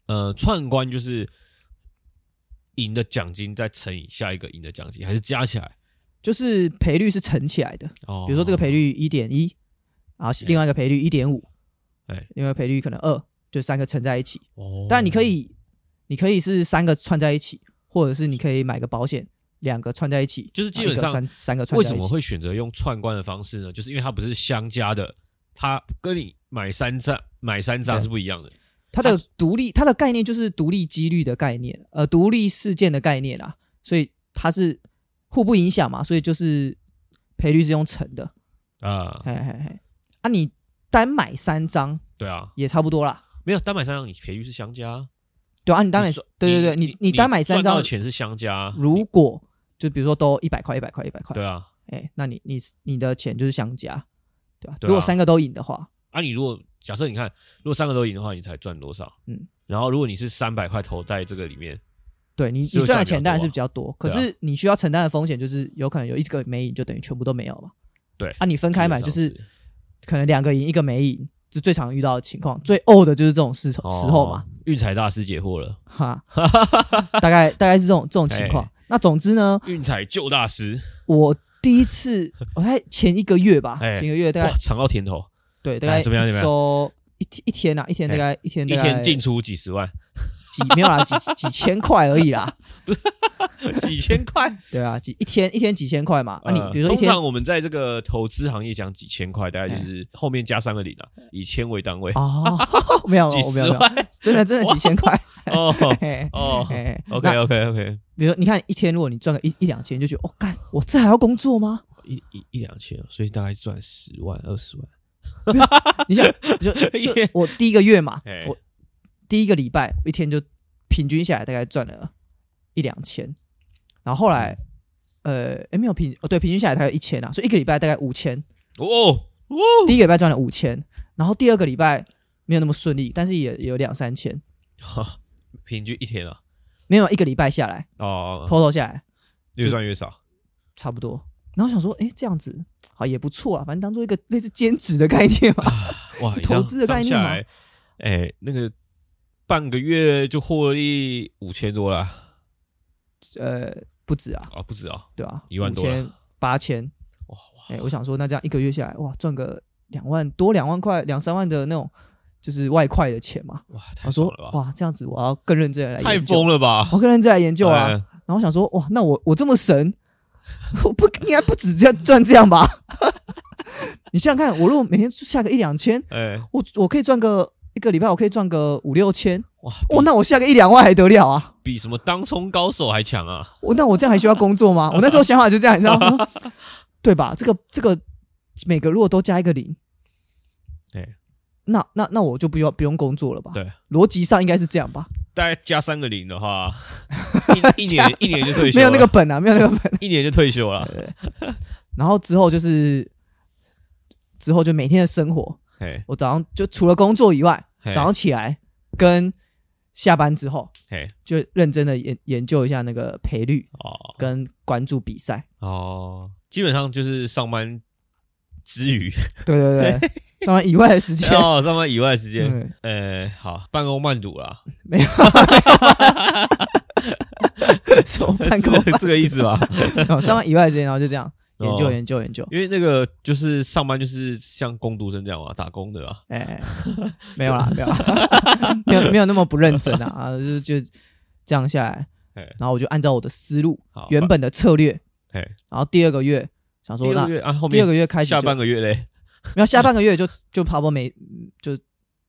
C: 呃，串关就是赢的奖金再乘以下一个赢的奖金，还是加起来？
A: 就是赔率是乘起来的。
C: 哦，
A: 比如说这个赔，率一点一，然后另外一个赔率一点五，
C: 哎，
A: 另外一个赔率可能二，就三个乘在一起。
C: 哦，
A: 但你可以，你可以是三个串在一起，或者是你可以买个保险，两个串在一起，
C: 就是基本上
A: 然后一个三三个串
C: 为
A: 在
C: 什
A: 一
C: 么
A: 起。
C: 会选择用串关的方式呢？就是因为它不是相加的，它跟你买三张买三张
A: 对
C: 是不一样的。
A: 它
C: 啊
A: 的独立，它的概念就是独立几率的概念，呃，独立事件的概念啊，所以它是互不影响嘛，所以就是赔率是用乘的，
C: 啊、
A: 嘿嘿嘿。啊，你单买三张
C: 对啊，
A: 也差不多啦。
C: 没有单买三张，你赔率是相加。
A: 对啊，你单买
C: 你赚
A: 对对对，你
C: 你
A: 单买三
C: 赚到
A: 张
C: 的，钱是相加。
A: 如果就比如说都一百块、一百块、一百块，
C: 对啊，
A: 哎、那你你你的钱就是相加，对吧、
C: 对啊
A: 如果三个都赢的话，
C: 啊，你如果假设你看，如果三个都赢的话，你才赚多少？
A: 嗯，
C: 然后如果你是三百块投在这个里面，
A: 对你
C: 是
A: 你
C: 会
A: 赚的
C: 赚比较
A: 钱当然
C: 多啊
A: 是比较多，可
C: 对啊
A: 是你需要承担的风险就是有可能有一个没赢，就等于全部都没有嘛。
C: 对
A: 啊，你分开买
C: 基
A: 就
C: 本上
A: 是可能两个赢一个没赢，是最常遇到的情况，最呕的就是这种时时
C: 哦
A: 候嘛，
C: 运彩大师解惑了，
A: 哈，大概大概是这种这种情
C: 哎
A: 况。那总之呢，
C: 运彩救大师，
A: 我第一次我在前一个月吧，
C: 哎
A: 前一个月大概
C: 哇，尝到甜头，
A: 对，大
C: 哎
A: 概
C: 怎么样
A: 一
C: 怎么样
A: 周一天一天啊，一天大概一天
C: 一
A: 大概 [LAUGHS]
C: 天进出几十万，
A: 几没有啦，啊几几千块而已啦，
C: 几千块。
A: 对啊，几一天一天几千块嘛，啊你
C: 呃
A: 比如说一
C: 通
A: 天
C: 常我们在这个投资行业讲几千块，大概就是后面加三个零啊，以千为单位，
A: 哦，没有
C: 几
A: 我没
C: 十
A: 有没有，
C: 万。
A: 真的
C: [LAUGHS]
A: 真的几千块，
C: 哦
A: 嘿 [LAUGHS]
C: 哦
A: 嘿那
C: ，OK OK OK，
A: 比如说，你看一天，如果你赚个一一两千，你就觉得哦，干，我这还要工作吗？
C: [LAUGHS] 一一一两千，哦所以大概赚十万二十万。
A: 你想，就就
C: 天
A: 我第一个月嘛
C: 嘿，
A: 我第一个礼拜我一天就平均下来大概赚了一两千，然后后来
C: 嗯
A: 呃，诶没有平哦，对，平均下来大概一千啊，所以一个礼拜大概五千，
C: 哦哦，
A: 第一个礼拜赚了五千，然后第二个礼拜没有那么顺利，但是也也有两三千，
C: 哈平均一天啊，
A: 没有一个礼拜下来，
C: 哦，
A: 偷偷下来
C: 越赚越少。
A: 差不多。然后想说，诶，这样子好也不错啊，反正当做一个类似兼职的概念嘛。 [LAUGHS]
C: 哇，
A: 投
C: 你这样
A: 资的概
C: 算
A: 念
C: 下
A: 吗
C: 来？哎，那个半个月就获利五千多了
A: 呃，不止啊，
C: 啊，不止啊，
A: 对吧、
C: 一万多
A: 五
C: 了
A: 千、八千，
C: 哇哇，
A: 哎，我想说，那这样一个月下来，哇，赚个两万多、两万块、两三万的那种，就是外快的钱嘛。
C: 哇，太
A: 我说
C: 爽了，吧，
A: 哇，这样子我要更认真地来
C: 太
A: 研究，
C: 疯了吧
A: 我，要更认真地来研究啊。
C: 哎
A: 然后我想说，哇，那我我这么神， [LAUGHS] 我不应该不止这样赚这样吧？ [LAUGHS] 你想想看，我如果每天下个一两千，
C: 哎，
A: 我我可以赚个一个礼拜，我可以赚个五六千，
C: 哇，
A: 哦，那我下个一两万还得了啊？哦
C: 比什么当冲高手还强啊！
A: 我那我这样还需要工作吗？我那时候想法就这样，你知道
C: [LAUGHS]
A: 吗？对吧？这个这个每个如果都加一个零，
C: 对，
A: 那那那我就不要不用工作了吧？
C: 对，
A: 逻辑上应该是这样吧？
C: 大概加三个零
A: [LAUGHS]
C: 的话，一一年一年就退休
A: 没
C: 了，
A: 有那个本啊，没有那个本。
C: 一年就退休了。
A: 然后之后就是之后就每天的生活，
C: 嘿，
A: 我早上就除了工作以外，
C: 嘿
A: 早上起来跟下班之后
C: 嘿，
A: 就认真的研研究一下那个赔率，
C: 哦
A: 跟关注比赛。
C: 哦，基本上就是上班之
A: [LAUGHS]
C: 余，
A: 对对对，上班以外的时间。
C: 哦，上班以外的时
A: [LAUGHS]
C: 间，
A: 对
C: 呃，好，半工半
A: [LAUGHS]
C: 读啦， [LAUGHS]
A: 什么办公
C: 这个这个意思吧？
A: 哦上班以外的时间，然后就这样 [LAUGHS] 研究
C: 哦
A: 研究研究。
C: 因为那个就是上班就是像工读生这样嘛，打工的啊。
A: 哎、
C: [LAUGHS]
A: 没有啦，没有啦， [LAUGHS] 没有没有那么不认真啊啊，就就这样下来
C: 嘿，
A: 然后我就按照我的思路
C: 好，
A: 原本的策略，
C: 嘿，
A: 然后第二个月想说
C: 第二
A: 那
C: 个月啊，后
A: 第
C: 面
A: 二个月开始
C: 下
A: 就
C: 半个月嘞，
A: 没有下半个月就就差不多没就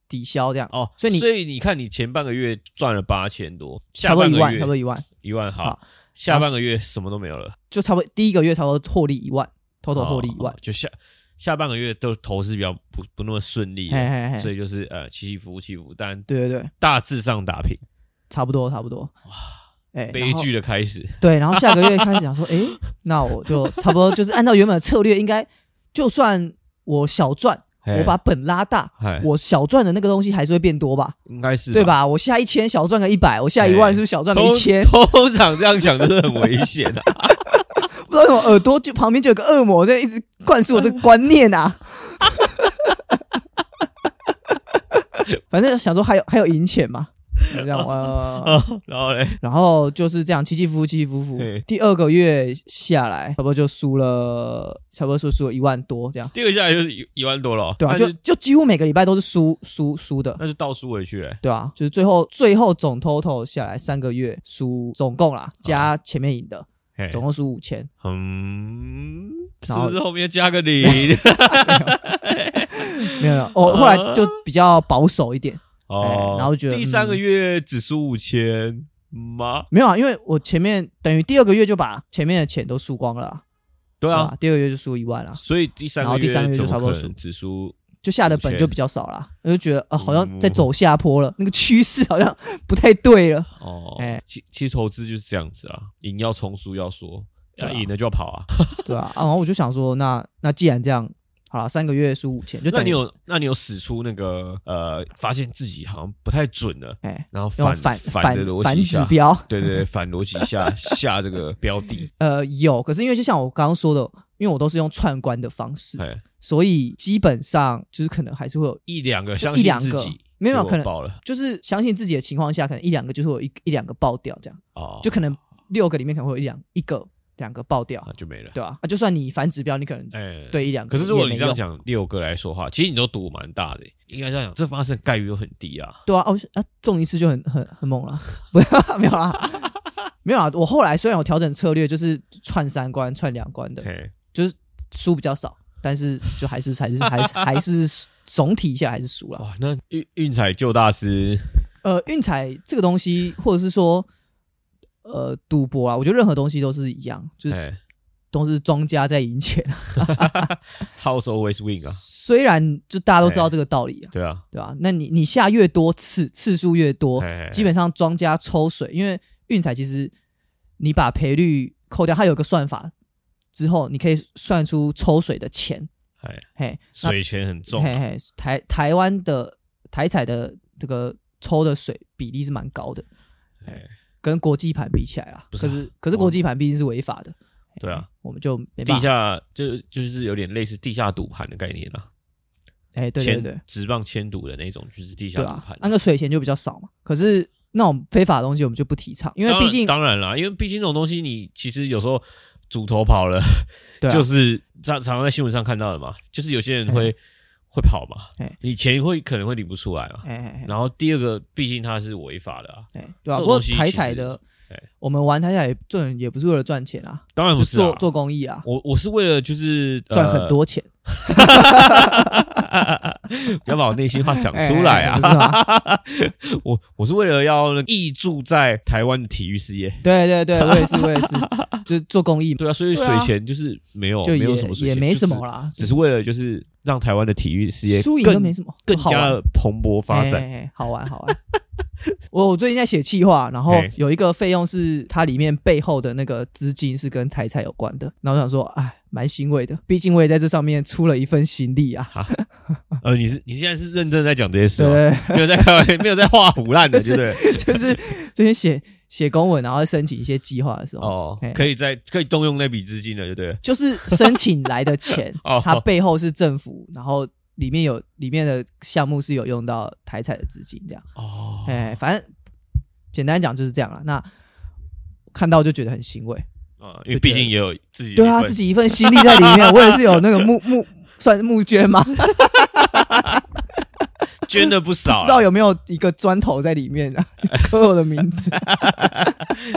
A: 抵消这样，
C: 哦，
A: 所以你
C: 所以你看，你前半个月赚了八千多，
A: 差
C: 下
A: 不多
C: 半
A: 一
C: 个
A: 万，
C: 月
A: 差不多一万，
C: 一万好
A: 好，
C: 下半个月什么都没有了，
A: 就差不多第一个月差不多获利一万，偷偷获利一万
C: 哦，就下下半个月都投资比较不不那么顺利的，
A: 嘿嘿
C: 所
A: 嘿，
C: 以就是呃起起伏伏起伏，但
A: 对对对，
C: 大致上打平，
A: 差不多差不多，哎、
C: 悲
A: 然后
C: 剧的开始。
A: 对，然后下个月开始想说， [LAUGHS] 诶，那我就差不多就是按照原本的策略，应该就算我小赚，
C: 嘿
A: 我把本拉大，
C: 嘿
A: 我小赚的那个东西还是会变多吧，
C: 应该哎是啊哎
A: 对？吧？我下一千小赚个一百，我下一万
C: 嘿
A: 是不是小赚个一
C: 通
A: 千？
C: 通常这样想就是很危险
A: [LAUGHS]
C: 的、啊，
A: 不知道为什么耳朵就旁边就有个恶魔在一直灌输我这个观念
C: [LAUGHS]
A: 啊。反正想说还有还有赢钱嘛，这样
C: [LAUGHS]
A: 我，
C: 然后嘞，
A: 然后就是这样起起伏伏起起伏伏
C: 嘿。
A: 第二个月下来，差不多就输了，差不多输输了一万多这样。
C: 第二个下来就是一一万多了哦，
A: 对啊，
C: 那
A: 就就几乎每个礼拜都是输输输的，
C: 那就倒输回去嘞、
A: 对啊，就是最后最后总 total 下来三个月输总共啦，加
C: 啊
A: 前面赢的，
C: 嘿
A: 总共输五千，
C: 嗯，是
A: 然后
C: 不是后面加
A: [LAUGHS]
C: 个零？
A: 没有没有，
C: [LAUGHS]
A: 我后来就比较保守一点，
C: 哦，
A: 然后觉得
C: 第三个
A: 嗯
C: 月只输五千吗？
A: 没有啊，因为我前面等于第二个月就把前面的钱都输光了啊、
C: 对
A: 对
C: 啊，
A: 吧？第二个月就输一万了，
C: 所以第三
A: 啊然后
C: 个
A: 第三个月
C: 怎
A: 就
C: 么
A: 差不多
C: 可能
A: 输
C: 只输
A: 就下的本
C: 5000
A: 就比较少啦，我就觉得啊、呃好像
C: 嗯
A: 在走下坡了，那个趋势好像不太对
C: [LAUGHS]
A: 了。
C: 哦。
A: 哎
C: 其其实投资就是这样子啊，赢要冲，输要说，
A: 对
C: 要
A: 啊
C: 赢了就要跑啊。
A: 对啊，啊然后我就想说，那那既然这样，好了，三个月输五千，就
C: 那
A: 等
C: 你
A: 于
C: 有那你有使出那个呃，发现自己好像不太准了，
A: 哎，
C: 然后
A: 用
C: 反
A: 反
C: 反的逻辑
A: 反指
C: 下，
A: 标， [LAUGHS]
C: 对对对，反逻辑下 [LAUGHS] 下这个标的，
A: 呃，有，可是因为就像我刚刚说的，因为我都是用串关的方式，
C: 哎，
A: 所以基本上就是可能还是会有，
C: 一两个相
A: 一
C: 信
A: 两
C: 自
A: 个
C: 己，
A: 没有
C: 结果
A: 可能
C: 爆了
A: 就是相信自己的情况下，可能一两个就是会有一一两个爆掉这样，
C: 哦，
A: 就可能六个里面可能会有一两一个两个爆掉，
C: 啊就没了。
A: 对吧、啊？就算你反指标，你可能
C: 哎，。
A: 对一两个
C: 可
A: 也没用，
C: 是如果你这样讲六个来说话，其实你都赌蛮大的、应该这样讲，这发生的概率都很低啊。
A: 对啊，哦啊，中一次就很很很猛了，不要 [LAUGHS] 没有啦，没有啦。我后来虽然我调整策略，就是串三关、串两关的，
C: 嘿，
A: 就是输比较少，但是就还是还是还是还是总体下还是输了。
C: 哇，那运运彩救大师，
A: 呃，运彩这个东西，或者是说呃赌博啊，我觉得任何东西都是一样，就是
C: 哎
A: 都是庄家在赢钱。 [LAUGHS]
C: ，House always win 啊，
A: 虽然就大家都知道这个道理啊，
C: 对啊，
A: 对吧、那你你下越多次，次数越多，
C: 哎
A: 基本上庄家抽水，因为运彩其实你把赔率扣掉，它有个算法之后，你可以算出抽水的钱。
C: 哎
A: 嘿，那
C: 水钱很重啊、
A: 嘿嘿，台台湾的台彩的这个抽的水比例是蛮高的，
C: 哎，
A: 跟国际盘比起来啊。
C: 不是
A: 可
C: 啊
A: 是可是
C: 我
A: 国际盘毕竟是违法的。
C: 对啊
A: 嘿，我们就没办
C: 地
A: 法。
C: 下就就是有点类似地下赌盘的概念啦、
A: 哎，对
C: 前
A: 对对，
C: 直棒签赌的那种，就是地下
A: 对
C: 赌
A: 啊
C: 盘。，
A: 那个水钱就比较少嘛。可是那种非法的东西我们就不提倡，因为
C: 当
A: 毕
C: 然
A: 竟
C: 当然啦，因为毕竟这种东西，你其实有时候主头跑了，
A: [LAUGHS] 对啊
C: 就是常常在新闻上看到的嘛，就是有些人会、会跑嘛，
A: 哎
C: 你钱会可能会领不出来嘛。
A: 哎哎哎
C: 然后第二个，毕竟它是违法的啊，
A: 哎，对吧、
C: 这种
A: 不过
C: 东西
A: 台
C: 其
A: 彩
C: 实
A: 的
C: 哎，
A: 我们玩台彩也赚也不是为了赚钱啊，
C: 当然
A: 就
C: 不是、啊呃
A: 做、做公益啊，
C: 我我是为了就是
A: 赚很，多钱
C: 呃 [LAUGHS] 不要把我内心话讲出来啊！
A: 哎哎哎不是吗？
C: [LAUGHS] 我我是为了要挹注在台湾的体育事业，
A: 对对对，我也是我
C: [LAUGHS]
A: 也是，就是做公益嘛，
C: 对啊，所以
A: 对
C: 水
A: 啊
C: 钱就是没有、
A: 就
C: 哦没
A: 也
C: 有什么水
A: 也
C: 钱，
A: 没
C: 就
A: 什
C: 只
A: 么啦，
C: 只是为了就是让台湾的体育事业
A: 输赢
C: 更
A: 都没什么，
C: 更
A: 好
C: 加
A: 玩
C: 的蓬勃发展。
A: 哎哎哎好玩好玩。 [LAUGHS] 我我最近在写企划，然后
C: 哎
A: 有一个费用是它里面背后的那个资金是跟台彩有关的，然后我想说，哎，蛮欣慰的，毕竟我也在这上面出了一份心力啊。
C: 呃，你是你现在是哦认真在讲这些事吗？
A: 对， [LAUGHS]
C: 没有在开玩，没有在画胡烂的，
A: 不是
C: 对
A: [LAUGHS]
C: 不对？
A: 就是之前写写公文，然后申请一些计划的时候，
C: 哦
A: 哎，
C: 可以在可以动用那笔资金了，对不对？
A: 就是申请来的钱
C: [LAUGHS] 哦，
A: 它背后是政府，然后里面有里面的项目是有用到台彩的资金，这样，
C: 哦，
A: 哎、反正简单讲就是这样了。那看到就觉得很欣慰，
C: 啊，因为毕竟也有自己的
A: 对
C: 一
A: 啊，
C: 份
A: 自己一份心力在里面，我也是有那个 [LAUGHS] 募募。算是募捐
C: [LAUGHS]
A: 吗？不
C: 捐了不少
A: 知道
C: 啊，
A: 有没有一个砖头在里面啊？ [LAUGHS] 刻我的名
C: [LAUGHS]
A: 字。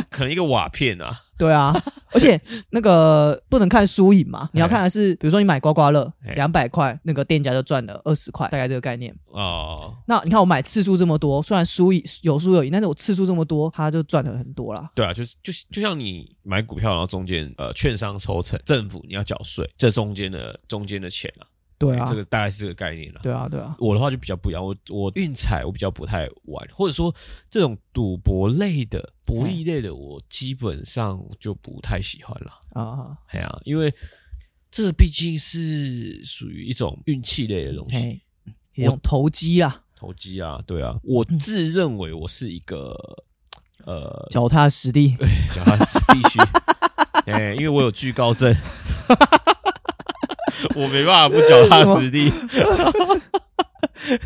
C: 可能一个瓦片啊，
A: 对啊，而且那个不能看输赢嘛，你要看的是，比如说你买刮刮乐
C: 哎
A: 两百块，那个店家就赚了二十块，大概这个概念。
C: 哦，
A: 那你看我买次数这么多，虽然输赢有输有赢，但是我次数这么多，他就赚了很多啦。
C: 对啊，就是就是就像你买股票，然后中间呃券商抽成，政府你要缴税，这中间的中间的钱啊，
A: 对啊
C: 这，个大概是这个概念啊。
A: 对啊，对啊，
C: 我的话就比较不一样，我我运彩我比较不太玩，或者说这种赌博类的、博弈类的，我基本上就不太喜欢了。
A: 啊，
C: 哎呀、因为这毕竟是属于一种运气类的东西，
A: 嘿，一种投机啊，
C: 投机啊，对啊。我自认为我是一个呃，
A: 脚踏实地。
C: [LAUGHS] 讲话是必须，哎，因为我有惧高
A: [LAUGHS]
C: 症。我没办法不脚踏实地， [LAUGHS]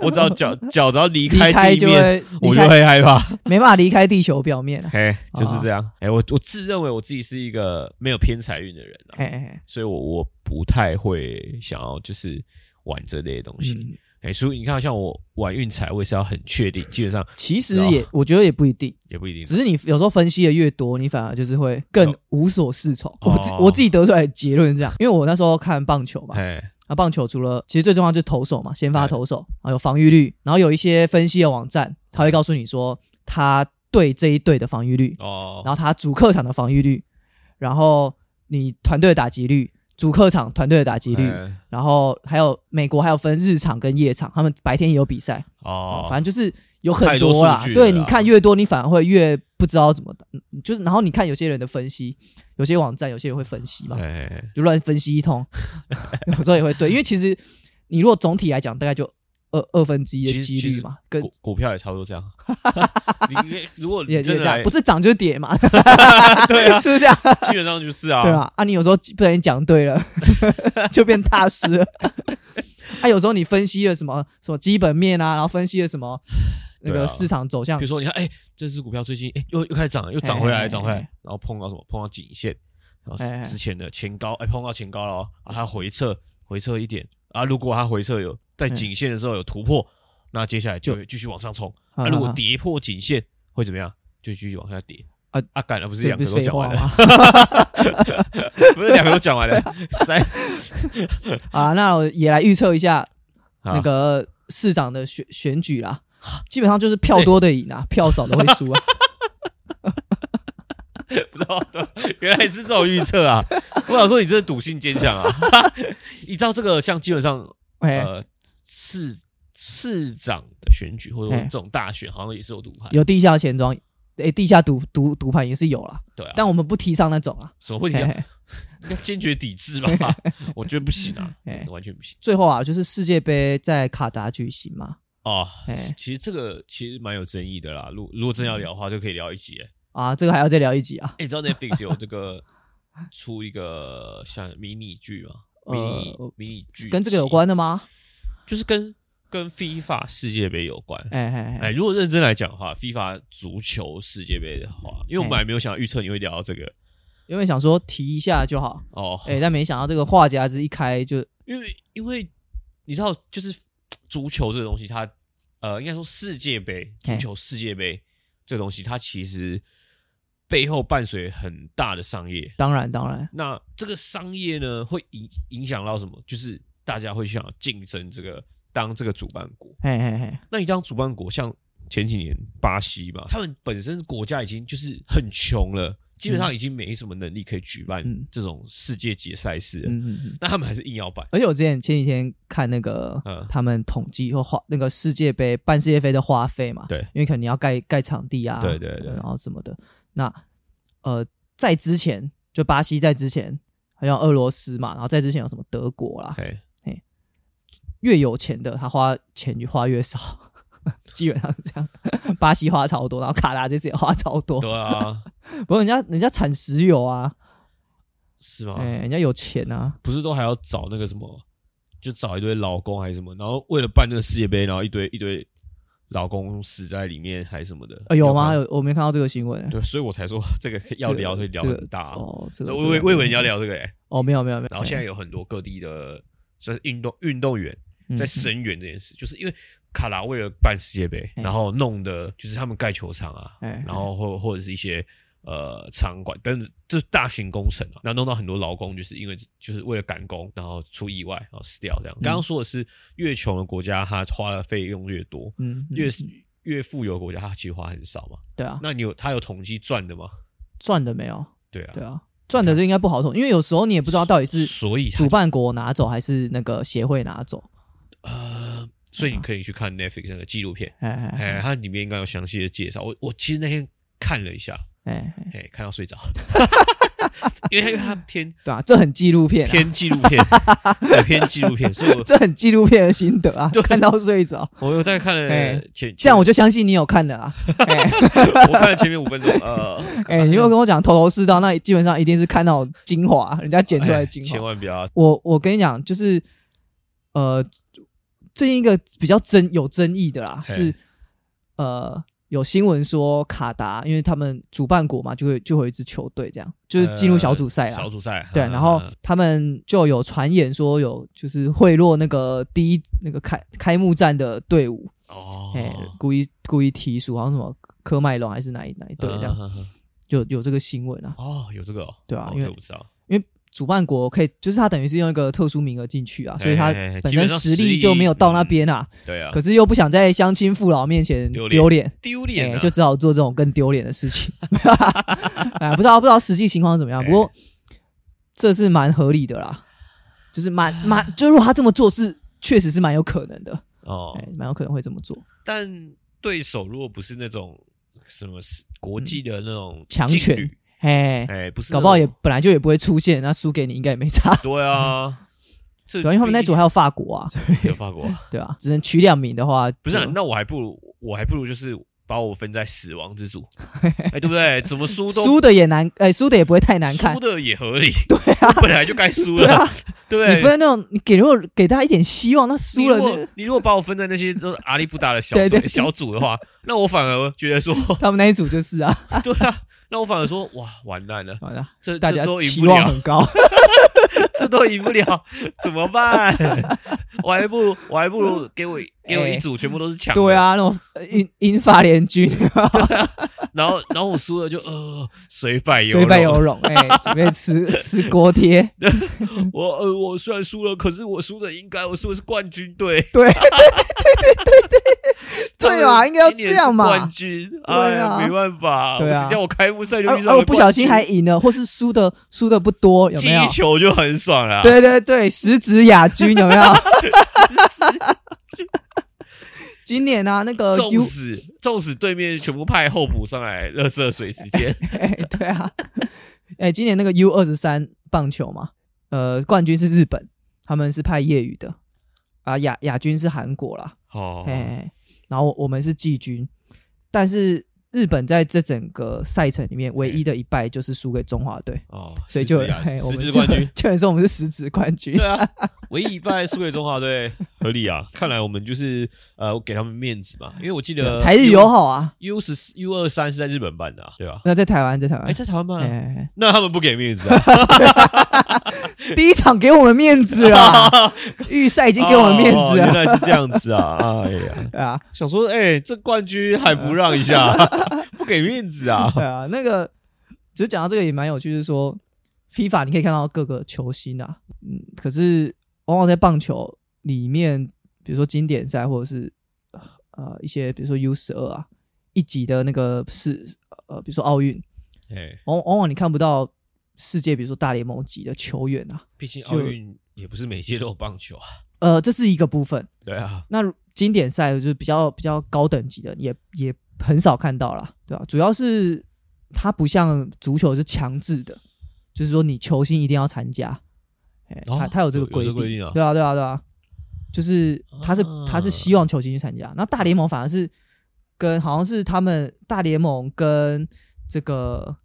C: 我只要
A: [LAUGHS]
C: 脚脚只要
A: [LAUGHS]
C: 离
A: 离
C: 开
A: 开
C: 地
A: 就
C: 面，
A: 会，离
C: 我就
A: 开
C: 会害
A: [LAUGHS]
C: 怕。
A: 没办法离开地球表 [LAUGHS] 面啊！
C: 嘿，就是这样。哎、我我自认为我自己是一个没有偏财运的人啊，
A: 哎哎，
C: 所以我我不太会想要就是玩这类的东西。
A: 嗯，
C: 哎、所以你看，像我玩运彩，我也是要很确定，基本上
A: 其实也我觉得也不一定，
C: 也不一定。
A: 只是你有时候分析的越多，你反而就是会更无所适从。
C: 哦
A: 我自我自己得出来的结论是这样，因为我那时候看棒球嘛，
C: 哎，
A: 那棒球除了其实最重要就是投手嘛，先发
C: 哎
A: 投手，然后有防御率，然后有一些分析的网站，他会告诉你说他对这一队的防御率，
C: 哦，
A: 然后他主客场的防御率，然后你团队的打击率，主客场团队的打击率，
C: 哎
A: 然后还有美国还有分日场跟夜场，他们白天也有比赛，
C: 哦
A: 哦，，反正就是有
C: 太
A: 很
C: 多
A: 啦
C: 数。据了
A: 对，
C: 啦
A: 你看越多，你反而会越不知道怎么打，嗯就是然后你看有些人的分析，有些网站有些人会分析嘛，
C: 哎，
A: 就乱分析一
C: [LAUGHS]
A: 通，有时候也会对，因为其实你如果总体来讲，大概就二二分之一的
C: 其实
A: 几率嘛，跟
C: 股股票也差不多
A: [LAUGHS]
C: 这样。你你如果
A: 也
C: 你
A: 也
C: 真
A: 这
C: 的
A: 样，
C: 来
A: 不是涨就是跌嘛，
C: [LAUGHS] 对
A: [LAUGHS]
C: 啊，
A: 是不是这样？
C: 基本上就是啊，
A: 对吧？啊，你有时候不小心讲对了， [LAUGHS] 就变大 [LAUGHS] 师了。啊，有时候你分析了什么什么基本面啊，然后分析了什么那
C: 对啊
A: 个市场走向
C: 比如，说，你看，哎、这只股票最近哎、又又开始涨了，又涨回
A: 哎哎
C: 来，
A: 哎
C: 涨回来
A: 哎，
C: 然后碰到什么？碰到颈线，然
A: 哎哎
C: 后之前的前高，哎、碰到前高了哦，啊，它回撤，回撤一点啊。如果它回撤有在
A: 嗯
C: 颈线的时候有突破，那接下来就会继续往上冲。
A: 啊
C: 啊，如果跌破颈线会怎么样？就继续往下跌。
A: 啊
C: 啊，干了，不是
A: 这
C: 两
A: 不
C: 个
A: 是
C: 都
A: 废
C: 讲
A: 话
C: 完了，
A: 吗？ [LAUGHS]
C: 不是两个都讲完了，
A: [LAUGHS]
C: 三
A: 啊，那我也来预测一下那
C: 那
A: 个市长的选选举啦，
C: 啊
A: 基本上就是票多的赢啊，票少的会输
C: [LAUGHS]
A: 啊。
C: 不知道，原来是这种预测啊！ [LAUGHS] 我想说你这是赌性坚强啊！ [LAUGHS] 依照这个，像基本上
A: 哎、
C: 呃市市长的选举或者
A: 哎
C: 这种大选，好像也是有赌盘，
A: 有地下钱庄，哎、地下赌赌赌盘也是有啦，
C: 对啊，
A: 但我们不提倡那种啊。
C: 什么问题
A: 嘿
C: 啊？
A: 嘿
C: 应该坚决抵制吧？我觉得不行啊，
A: 哎
C: 完全不行
A: 最后啊，就是世界杯在卡达举行嘛，
C: 哦
A: 哎。
C: 其实这个其实蛮有争议的啦，如如果真要聊的话，就可以聊一集
A: [LAUGHS]
C: 耶。
A: 啊，这个还要再聊一集啊。
C: 哎，你知道 Netflix 有这个出一个像迷你剧吗？迷
A: 呃
C: 你迷你剧
A: 跟这个有
C: 集
A: 关的吗？
C: 就是跟跟 FIFA 世界杯有关。
A: 哎哎
C: 哎，
A: 哎，
C: 如果认真来讲的话，FIFA 足球世界杯的话，因为我们
A: 哎
C: 还没有想到预测你会聊到这个
A: 因为想说提一下就好，
C: 哦，
A: 哎、但没想到这个话匣子一开就，
C: 因为因为你知道，就是足球这个东西它，呃，应该说世界杯
A: 哎
C: 足球世界杯这个东西，它其实背后伴随很大的商业。
A: 当然当然，
C: 那这个商业呢，会影影响到什么？就是大家会想要竞争这个当这个主办国。
A: 嘿嘿嘿，
C: 那你当主办国，像前几年巴西嘛，他们本身国家已经就是很穷了，基本上已经没什么能力可以举办
A: 嗯
C: 这种世界级的赛事了。
A: 嗯嗯嗯。
C: 那他们还是硬要办，
A: 而且我之前前几天看那个、
C: 嗯
A: 他们统计和花那个世界杯办世界杯的花费嘛，
C: 对
A: 因为可能你要盖盖场地啊，
C: 对对对
A: 然后什么的。那呃，在之前就巴西在之前，还有俄罗斯嘛，然后在之前有什么德国啦，
C: 嘿，
A: 越有钱的他花钱就花越少， [LAUGHS] 基本上是这样。巴西花超多，然后卡达这次也花超多，[LAUGHS]
C: 对啊，
A: 不过人家人家产石油啊，
C: 是吗？
A: 哎、人家有钱啊，
C: 不是都还要找那个什么，就找一堆劳工还是什么，然后为了办这个世界杯，然后一堆一堆劳工死在里面还是什么的，
A: 呃、有吗？
C: 看？
A: 有我没看到这个新闻、欸。
C: 对，所以我才说这个要
A: [LAUGHS]
C: 聊
A: 这
C: 会
A: 个
C: 聊
A: 这
C: 很
A: 个
C: 大。
A: 哦，这
C: 所
A: 个
C: 以
A: 这
C: 我
A: 个
C: 以为我以为你要聊这个欸，
A: 哦，没有没有没有。
C: 然后现在有很多各地的算是运动运动员在
A: 神
C: 声援这件事，就是因为卡拉为了办世界杯，
A: 哎
C: 然后弄的就是他们盖球场啊，
A: 哎
C: 然后或或者是一些呃场馆，但是这是大型工程啊，然后弄到很多劳工，就是因为就是为了赶工，然后出意外然后死掉这样。
A: 嗯
C: 刚刚说的是越穷的国家，它花的费用越多，
A: 嗯，嗯
C: 越越富有的国家，它其实花很少嘛。
A: 对啊，
C: 那你有它有统计赚的吗？
A: 赚的没有，
C: 对啊，
A: 对啊，赚的这应该不好统，因为有时候你也不知道到底是
C: 所以它
A: 主办国拿走还是那个协会拿走，
C: 呃，所以
A: 啊
C: 你可以去看 Netflix 那个纪录片，
A: 哎哎
C: 哎，
A: 哎
C: 它里面应该有详细的介绍。我我其实那天看了一下，
A: 哎，哎
C: 哎，看到睡着， [LAUGHS] 因为它偏
A: 对啊，这很纪录片啊，
C: 偏纪录片，对偏纪录片，所以我
A: 这很纪录片的心得啊
C: 对，
A: 看到睡
C: [LAUGHS]
A: 着，
C: 我又大概看了
A: 哎
C: 前，前
A: 这样我就相信你有看的
C: [LAUGHS]
A: 啊，哎
C: 我看了前面五分钟，呃，
A: [LAUGHS] 哎，你如果跟我讲头头是道，那基本上一定是看到精华，人家剪出来的精
C: 哎千
A: 华。
C: 万不要，
A: 我我跟你讲，就是呃，最近一个比较争有争议的啦，
C: 嘿
A: 是呃有新闻说卡达，因为他们主办国嘛，就会就会有一支球队这样，就是进入小组赛
C: 呃
A: 啦。
C: 小组赛，
A: 对，
C: 嗯
A: 然后
C: 嗯
A: 他们就有传言说有就是贿赂那个第一那个开开幕战的队伍，
C: 哦
A: 哎、，故意故意提出好像什么科麦隆还是哪一哪一队这样，
C: 嗯，嗯嗯
A: 就有这个新闻啊。
C: 哦，有这个哦，
A: 对啊
C: 哦
A: 因为
C: 这我不知道，
A: 主办国可以，就是他等于是用一个特殊名额进去啊，所以他
C: 嘿嘿嘿
A: 本
C: 基
A: 身
C: 本上
A: 实
C: 实力
A: 力就没有到那边啊，
C: 对啊，
A: 可是又不想在乡亲父老面前
C: 丢脸
A: 丢脸，
C: 丢
A: 哎
C: 脸啊
A: 就只好做这种更丢脸的事
C: [LAUGHS]
A: 情。哎，不知道不知道实际情况是怎么样，
C: 哎
A: 不过这是蛮合理的啦，就是蛮蛮，就如果他这么做是确实是蛮有可能的，
C: 哦
A: 哎，蛮有可能会这么做。
C: 但对手如果不是那种什么是国际的那种
A: 嗯强
C: 劲
A: 权
C: 旅，
A: 哎，
C: 哎，不是那种，
A: 搞不好也本来就也不会出现，那输给你应该也没
C: [LAUGHS]
A: 差。
C: 对啊，这
A: 对啊，因为他们那组还有法国啊，
C: 有法国，
A: 对吧？只能取两名的话，
C: 不是啊、
A: 就
C: 那我还不如我还不如就是把我分在死亡
A: [LAUGHS]
C: 之组，哎，对不对？怎么输都
A: 输的也难，哎，输的也不会太难看 [LAUGHS]
C: 输，的也合理，对啊，本来就该输
A: 对
C: 了，
A: 啊，
C: 对，
A: 你分在那种，你给如果给他一点希望，那
C: 你
A: 输了
C: 如
A: 那
C: 果你如果把我分在那些都是阿力不达
A: [LAUGHS]
C: 的小
A: 对对
C: 队小组的话，那我反而
A: [LAUGHS]
C: 觉得说，
A: 他们那一组就是啊，
C: 对啊，那我反而说，哇，完蛋了，
A: 好的，
C: 这
A: 大
C: 这
A: 家
C: 都赢
A: 期
C: 不
A: 望
C: 了，
A: 很高，
C: [LAUGHS] 这都赢不了，怎么
A: [LAUGHS]
C: 办？我还不如我还不如给我给我一组全部都是强的，
A: 嗯对，啊，那种呃英英法联军，
C: 然后然后我输了就呃水摆游
A: 水
C: 摆
A: 北游泳，哎，准备吃 [LAUGHS] 吃锅贴，
C: 我呃我虽然输了，可是我输的应该我输的是冠军队，
A: 对对
C: 他们
A: 对啊吧？应该要
C: 今年
A: 这样
C: 是
A: 嘛
C: 冠。军，
A: 对
C: 哎呀
A: 啊
C: 没办法，
A: 对啊
C: 我只叫我开幕赛就
A: 而
C: 遇
A: 而
C: 上
A: 我
C: 了
A: 不
C: 冠
A: 小心
C: 军
A: 还赢了，或是输的输的不多，有
C: 进
A: 没有
C: 一？球就很爽啊了，
A: 对对对，十指亚军有没
C: [LAUGHS]
A: 有？ [LAUGHS] 今年啊，那个 U
C: 纵使纵使对面全部派候补上来，热射水时间，
A: 哎，对 [LAUGHS] 啊，哎，今年那个 U 二十三棒球嘛，呃，冠军是日本，他们是派业余的，啊，亚亚军是韩国啦，
C: 哦，
A: 哎，然后我我们是季军，但是日本在这整个赛程里面唯一的一败就是输给中华队，
C: 哦，
A: 所以就
C: 十支啊
A: 嘿我
C: 十
A: 们
C: 支
A: [LAUGHS] 就，
C: 冠军
A: 基本说我们是十指冠军
C: 对，啊，唯一一败输给中华队，合理啊。看来我们就是呃给他们面子嘛，因为我记
A: 对
C: 得
A: 啊台日友好啊，
C: U 十 U 二三是在日本办的啊，对吧？
A: 那在台湾，在台
C: 哎，
A: 湾。
C: 在台湾办
A: 哎
C: 啊，
A: 哎，
C: 那他们不给面子啊，
A: 哎第一场给我们面子
C: [LAUGHS]
A: 了，预赛已经给我们面
C: 哦
A: 子
C: 原
A: 了，
C: 来是这样子啊，哎呀，
A: 对啊，
C: 想说哎，这冠军还不让一 [LAUGHS] 下，不给面子啊，
A: [LAUGHS] 对啊，那个只是讲到这个也蛮有趣，就是说 FIFA 你可以看到各个球星啊，嗯，可是往往在棒球里面，比如说经典赛或者是呃一些比如说 U 十二啊一级的那个是呃比如说奥运，
C: 哎，
A: 往往往你看不到世界比如说大联盟级的球员啊，
C: 毕竟奥
A: 就
C: 运也不是每届都有棒球啊，
A: 呃这是一个部分，
C: 对啊。
A: 那如经典赛就是比较比较高等级的，也也很少看到啦，对吧、主要是它不像足球是强制的，就是说你球星一定要参加，哎、
C: 哦
A: 它它有这个
C: 有有
A: 规
C: 这
A: 定，
C: 个规定啊
A: 对啊，对啊，对啊，就是它是
C: 啊
A: 它是希望球星去参加，那大联盟反而是跟好像是他们大联盟跟这个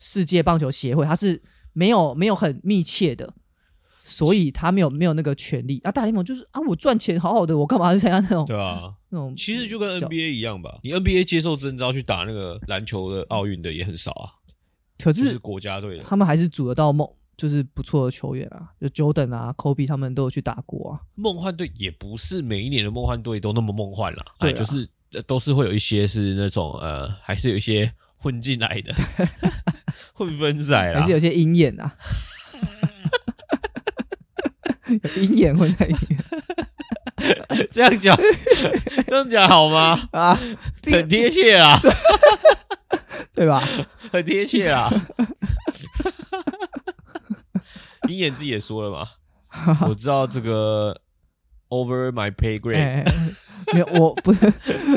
A: 世界棒球协会，它是没有没有很密切的，所以他没有没有那个权利。啊，大联盟就是啊，我赚钱好好的，我干嘛要参加那种
C: 对啊，
A: 那种？
C: 其实就跟
A: 叫
C: NBA 一样吧，你 NBA 接受征召去打那个篮球的奥运的也很少啊，
A: 可
C: 就是
A: 是
C: 国家队啊的。
A: 他们还是组得到梦，就是不错的球员啊，就 Jordan 啊、Kobe 他们都有去打过啊。
C: 梦幻队也不是每一年的梦幻队都那么梦幻啦，
A: 对
C: 哎，
A: 啊
C: 就是呃都是会有一些是那种呃，还是有一些混进来
A: [LAUGHS]
C: 的混分仔
A: 还
C: 啦
A: 是。有些鹰眼啊， [LAUGHS] 有鹰眼混在里面
C: [LAUGHS] 这样
A: [LAUGHS]
C: 讲，这样讲好吗？
A: 啊，这
C: 很
A: 个
C: 贴切啊，
A: 对吧？
C: [LAUGHS] 很贴
A: [LAUGHS]
C: 切啊。鹰眼自己也说了
A: [LAUGHS]
C: 嘛，我知道这个 over my pay grade，、
A: 哎、没有，我不是，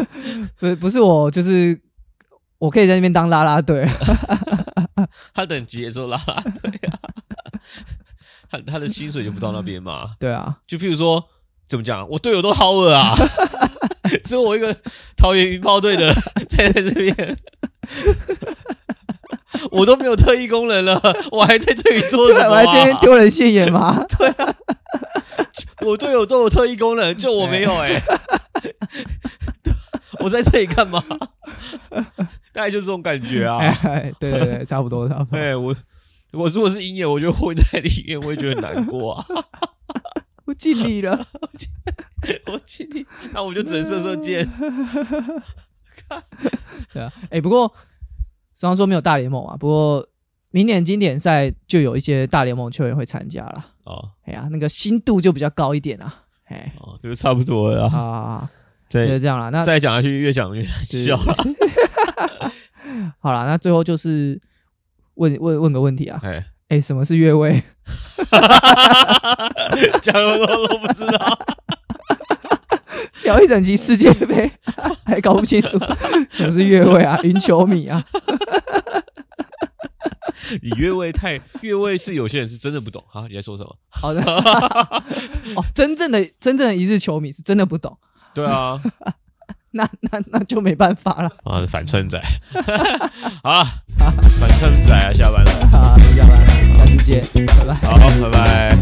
A: [LAUGHS] 不是，不是我，就是我可以在那边当啦啦队，
C: 他等级也做啦啦队啊， [LAUGHS] 他他的薪水就不到那边嘛。
A: 对啊，
C: 就譬如说，怎么讲，我队友都好
A: [LAUGHS]
C: 恶啊，只有我一个桃园云豹队的 [LAUGHS] 在在这边，我都没有特异功能了， [LAUGHS] 我还在这里做
A: 对，
C: 什
A: 我
C: 么、
A: 还今天
C: 啊？
A: 丢人现眼吗？
C: 我队友都有特异功能，就我没
A: [LAUGHS]
C: 有哎、我在这里干嘛？大概就这种感觉啊。
A: 哎，对对对，差不多，差不多。
C: 哎、我我如果是鹰眼，我就混在里面，我会觉得很难过
A: [LAUGHS]
C: 啊。
A: [LAUGHS] 我尽力了，
C: 我去你，那我就只能射射
A: [LAUGHS]
C: 箭。
A: 对啊。哎，不过虽然说没有大联盟啊，不过明年经典赛就有一些大联盟球员会参加啦。
C: 哦
A: 哎呀，那个心度就比较高一点啊。哎
C: 哦，就差不多了啊。
A: 啊，就
C: 再
A: 是这样啦。那
C: 再讲下去，越讲越难
A: 对
C: 笑了。
A: 好啦，那最后就是问问问个问题啊。
C: 哎，
A: 哎，什么是越位？
C: [LAUGHS] 讲了我都不知道。
A: 聊一整集世界杯， [LAUGHS] 还搞不清 [LAUGHS] 楚什么是越位啊？ [LAUGHS] 云球迷啊？
C: 你越位太越位是有些人是真的不懂啊！你在说什么？
A: 好 [LAUGHS] 的，哦，真正的真正的一日球迷是真的不懂，
C: 对啊，
A: 那那那就没办 [LAUGHS] 法了
C: 啊，反串仔， [LAUGHS] 好了，反串仔啊，下班了，
A: 啊！就这样吧，下次见，拜拜。
C: 好，拜拜。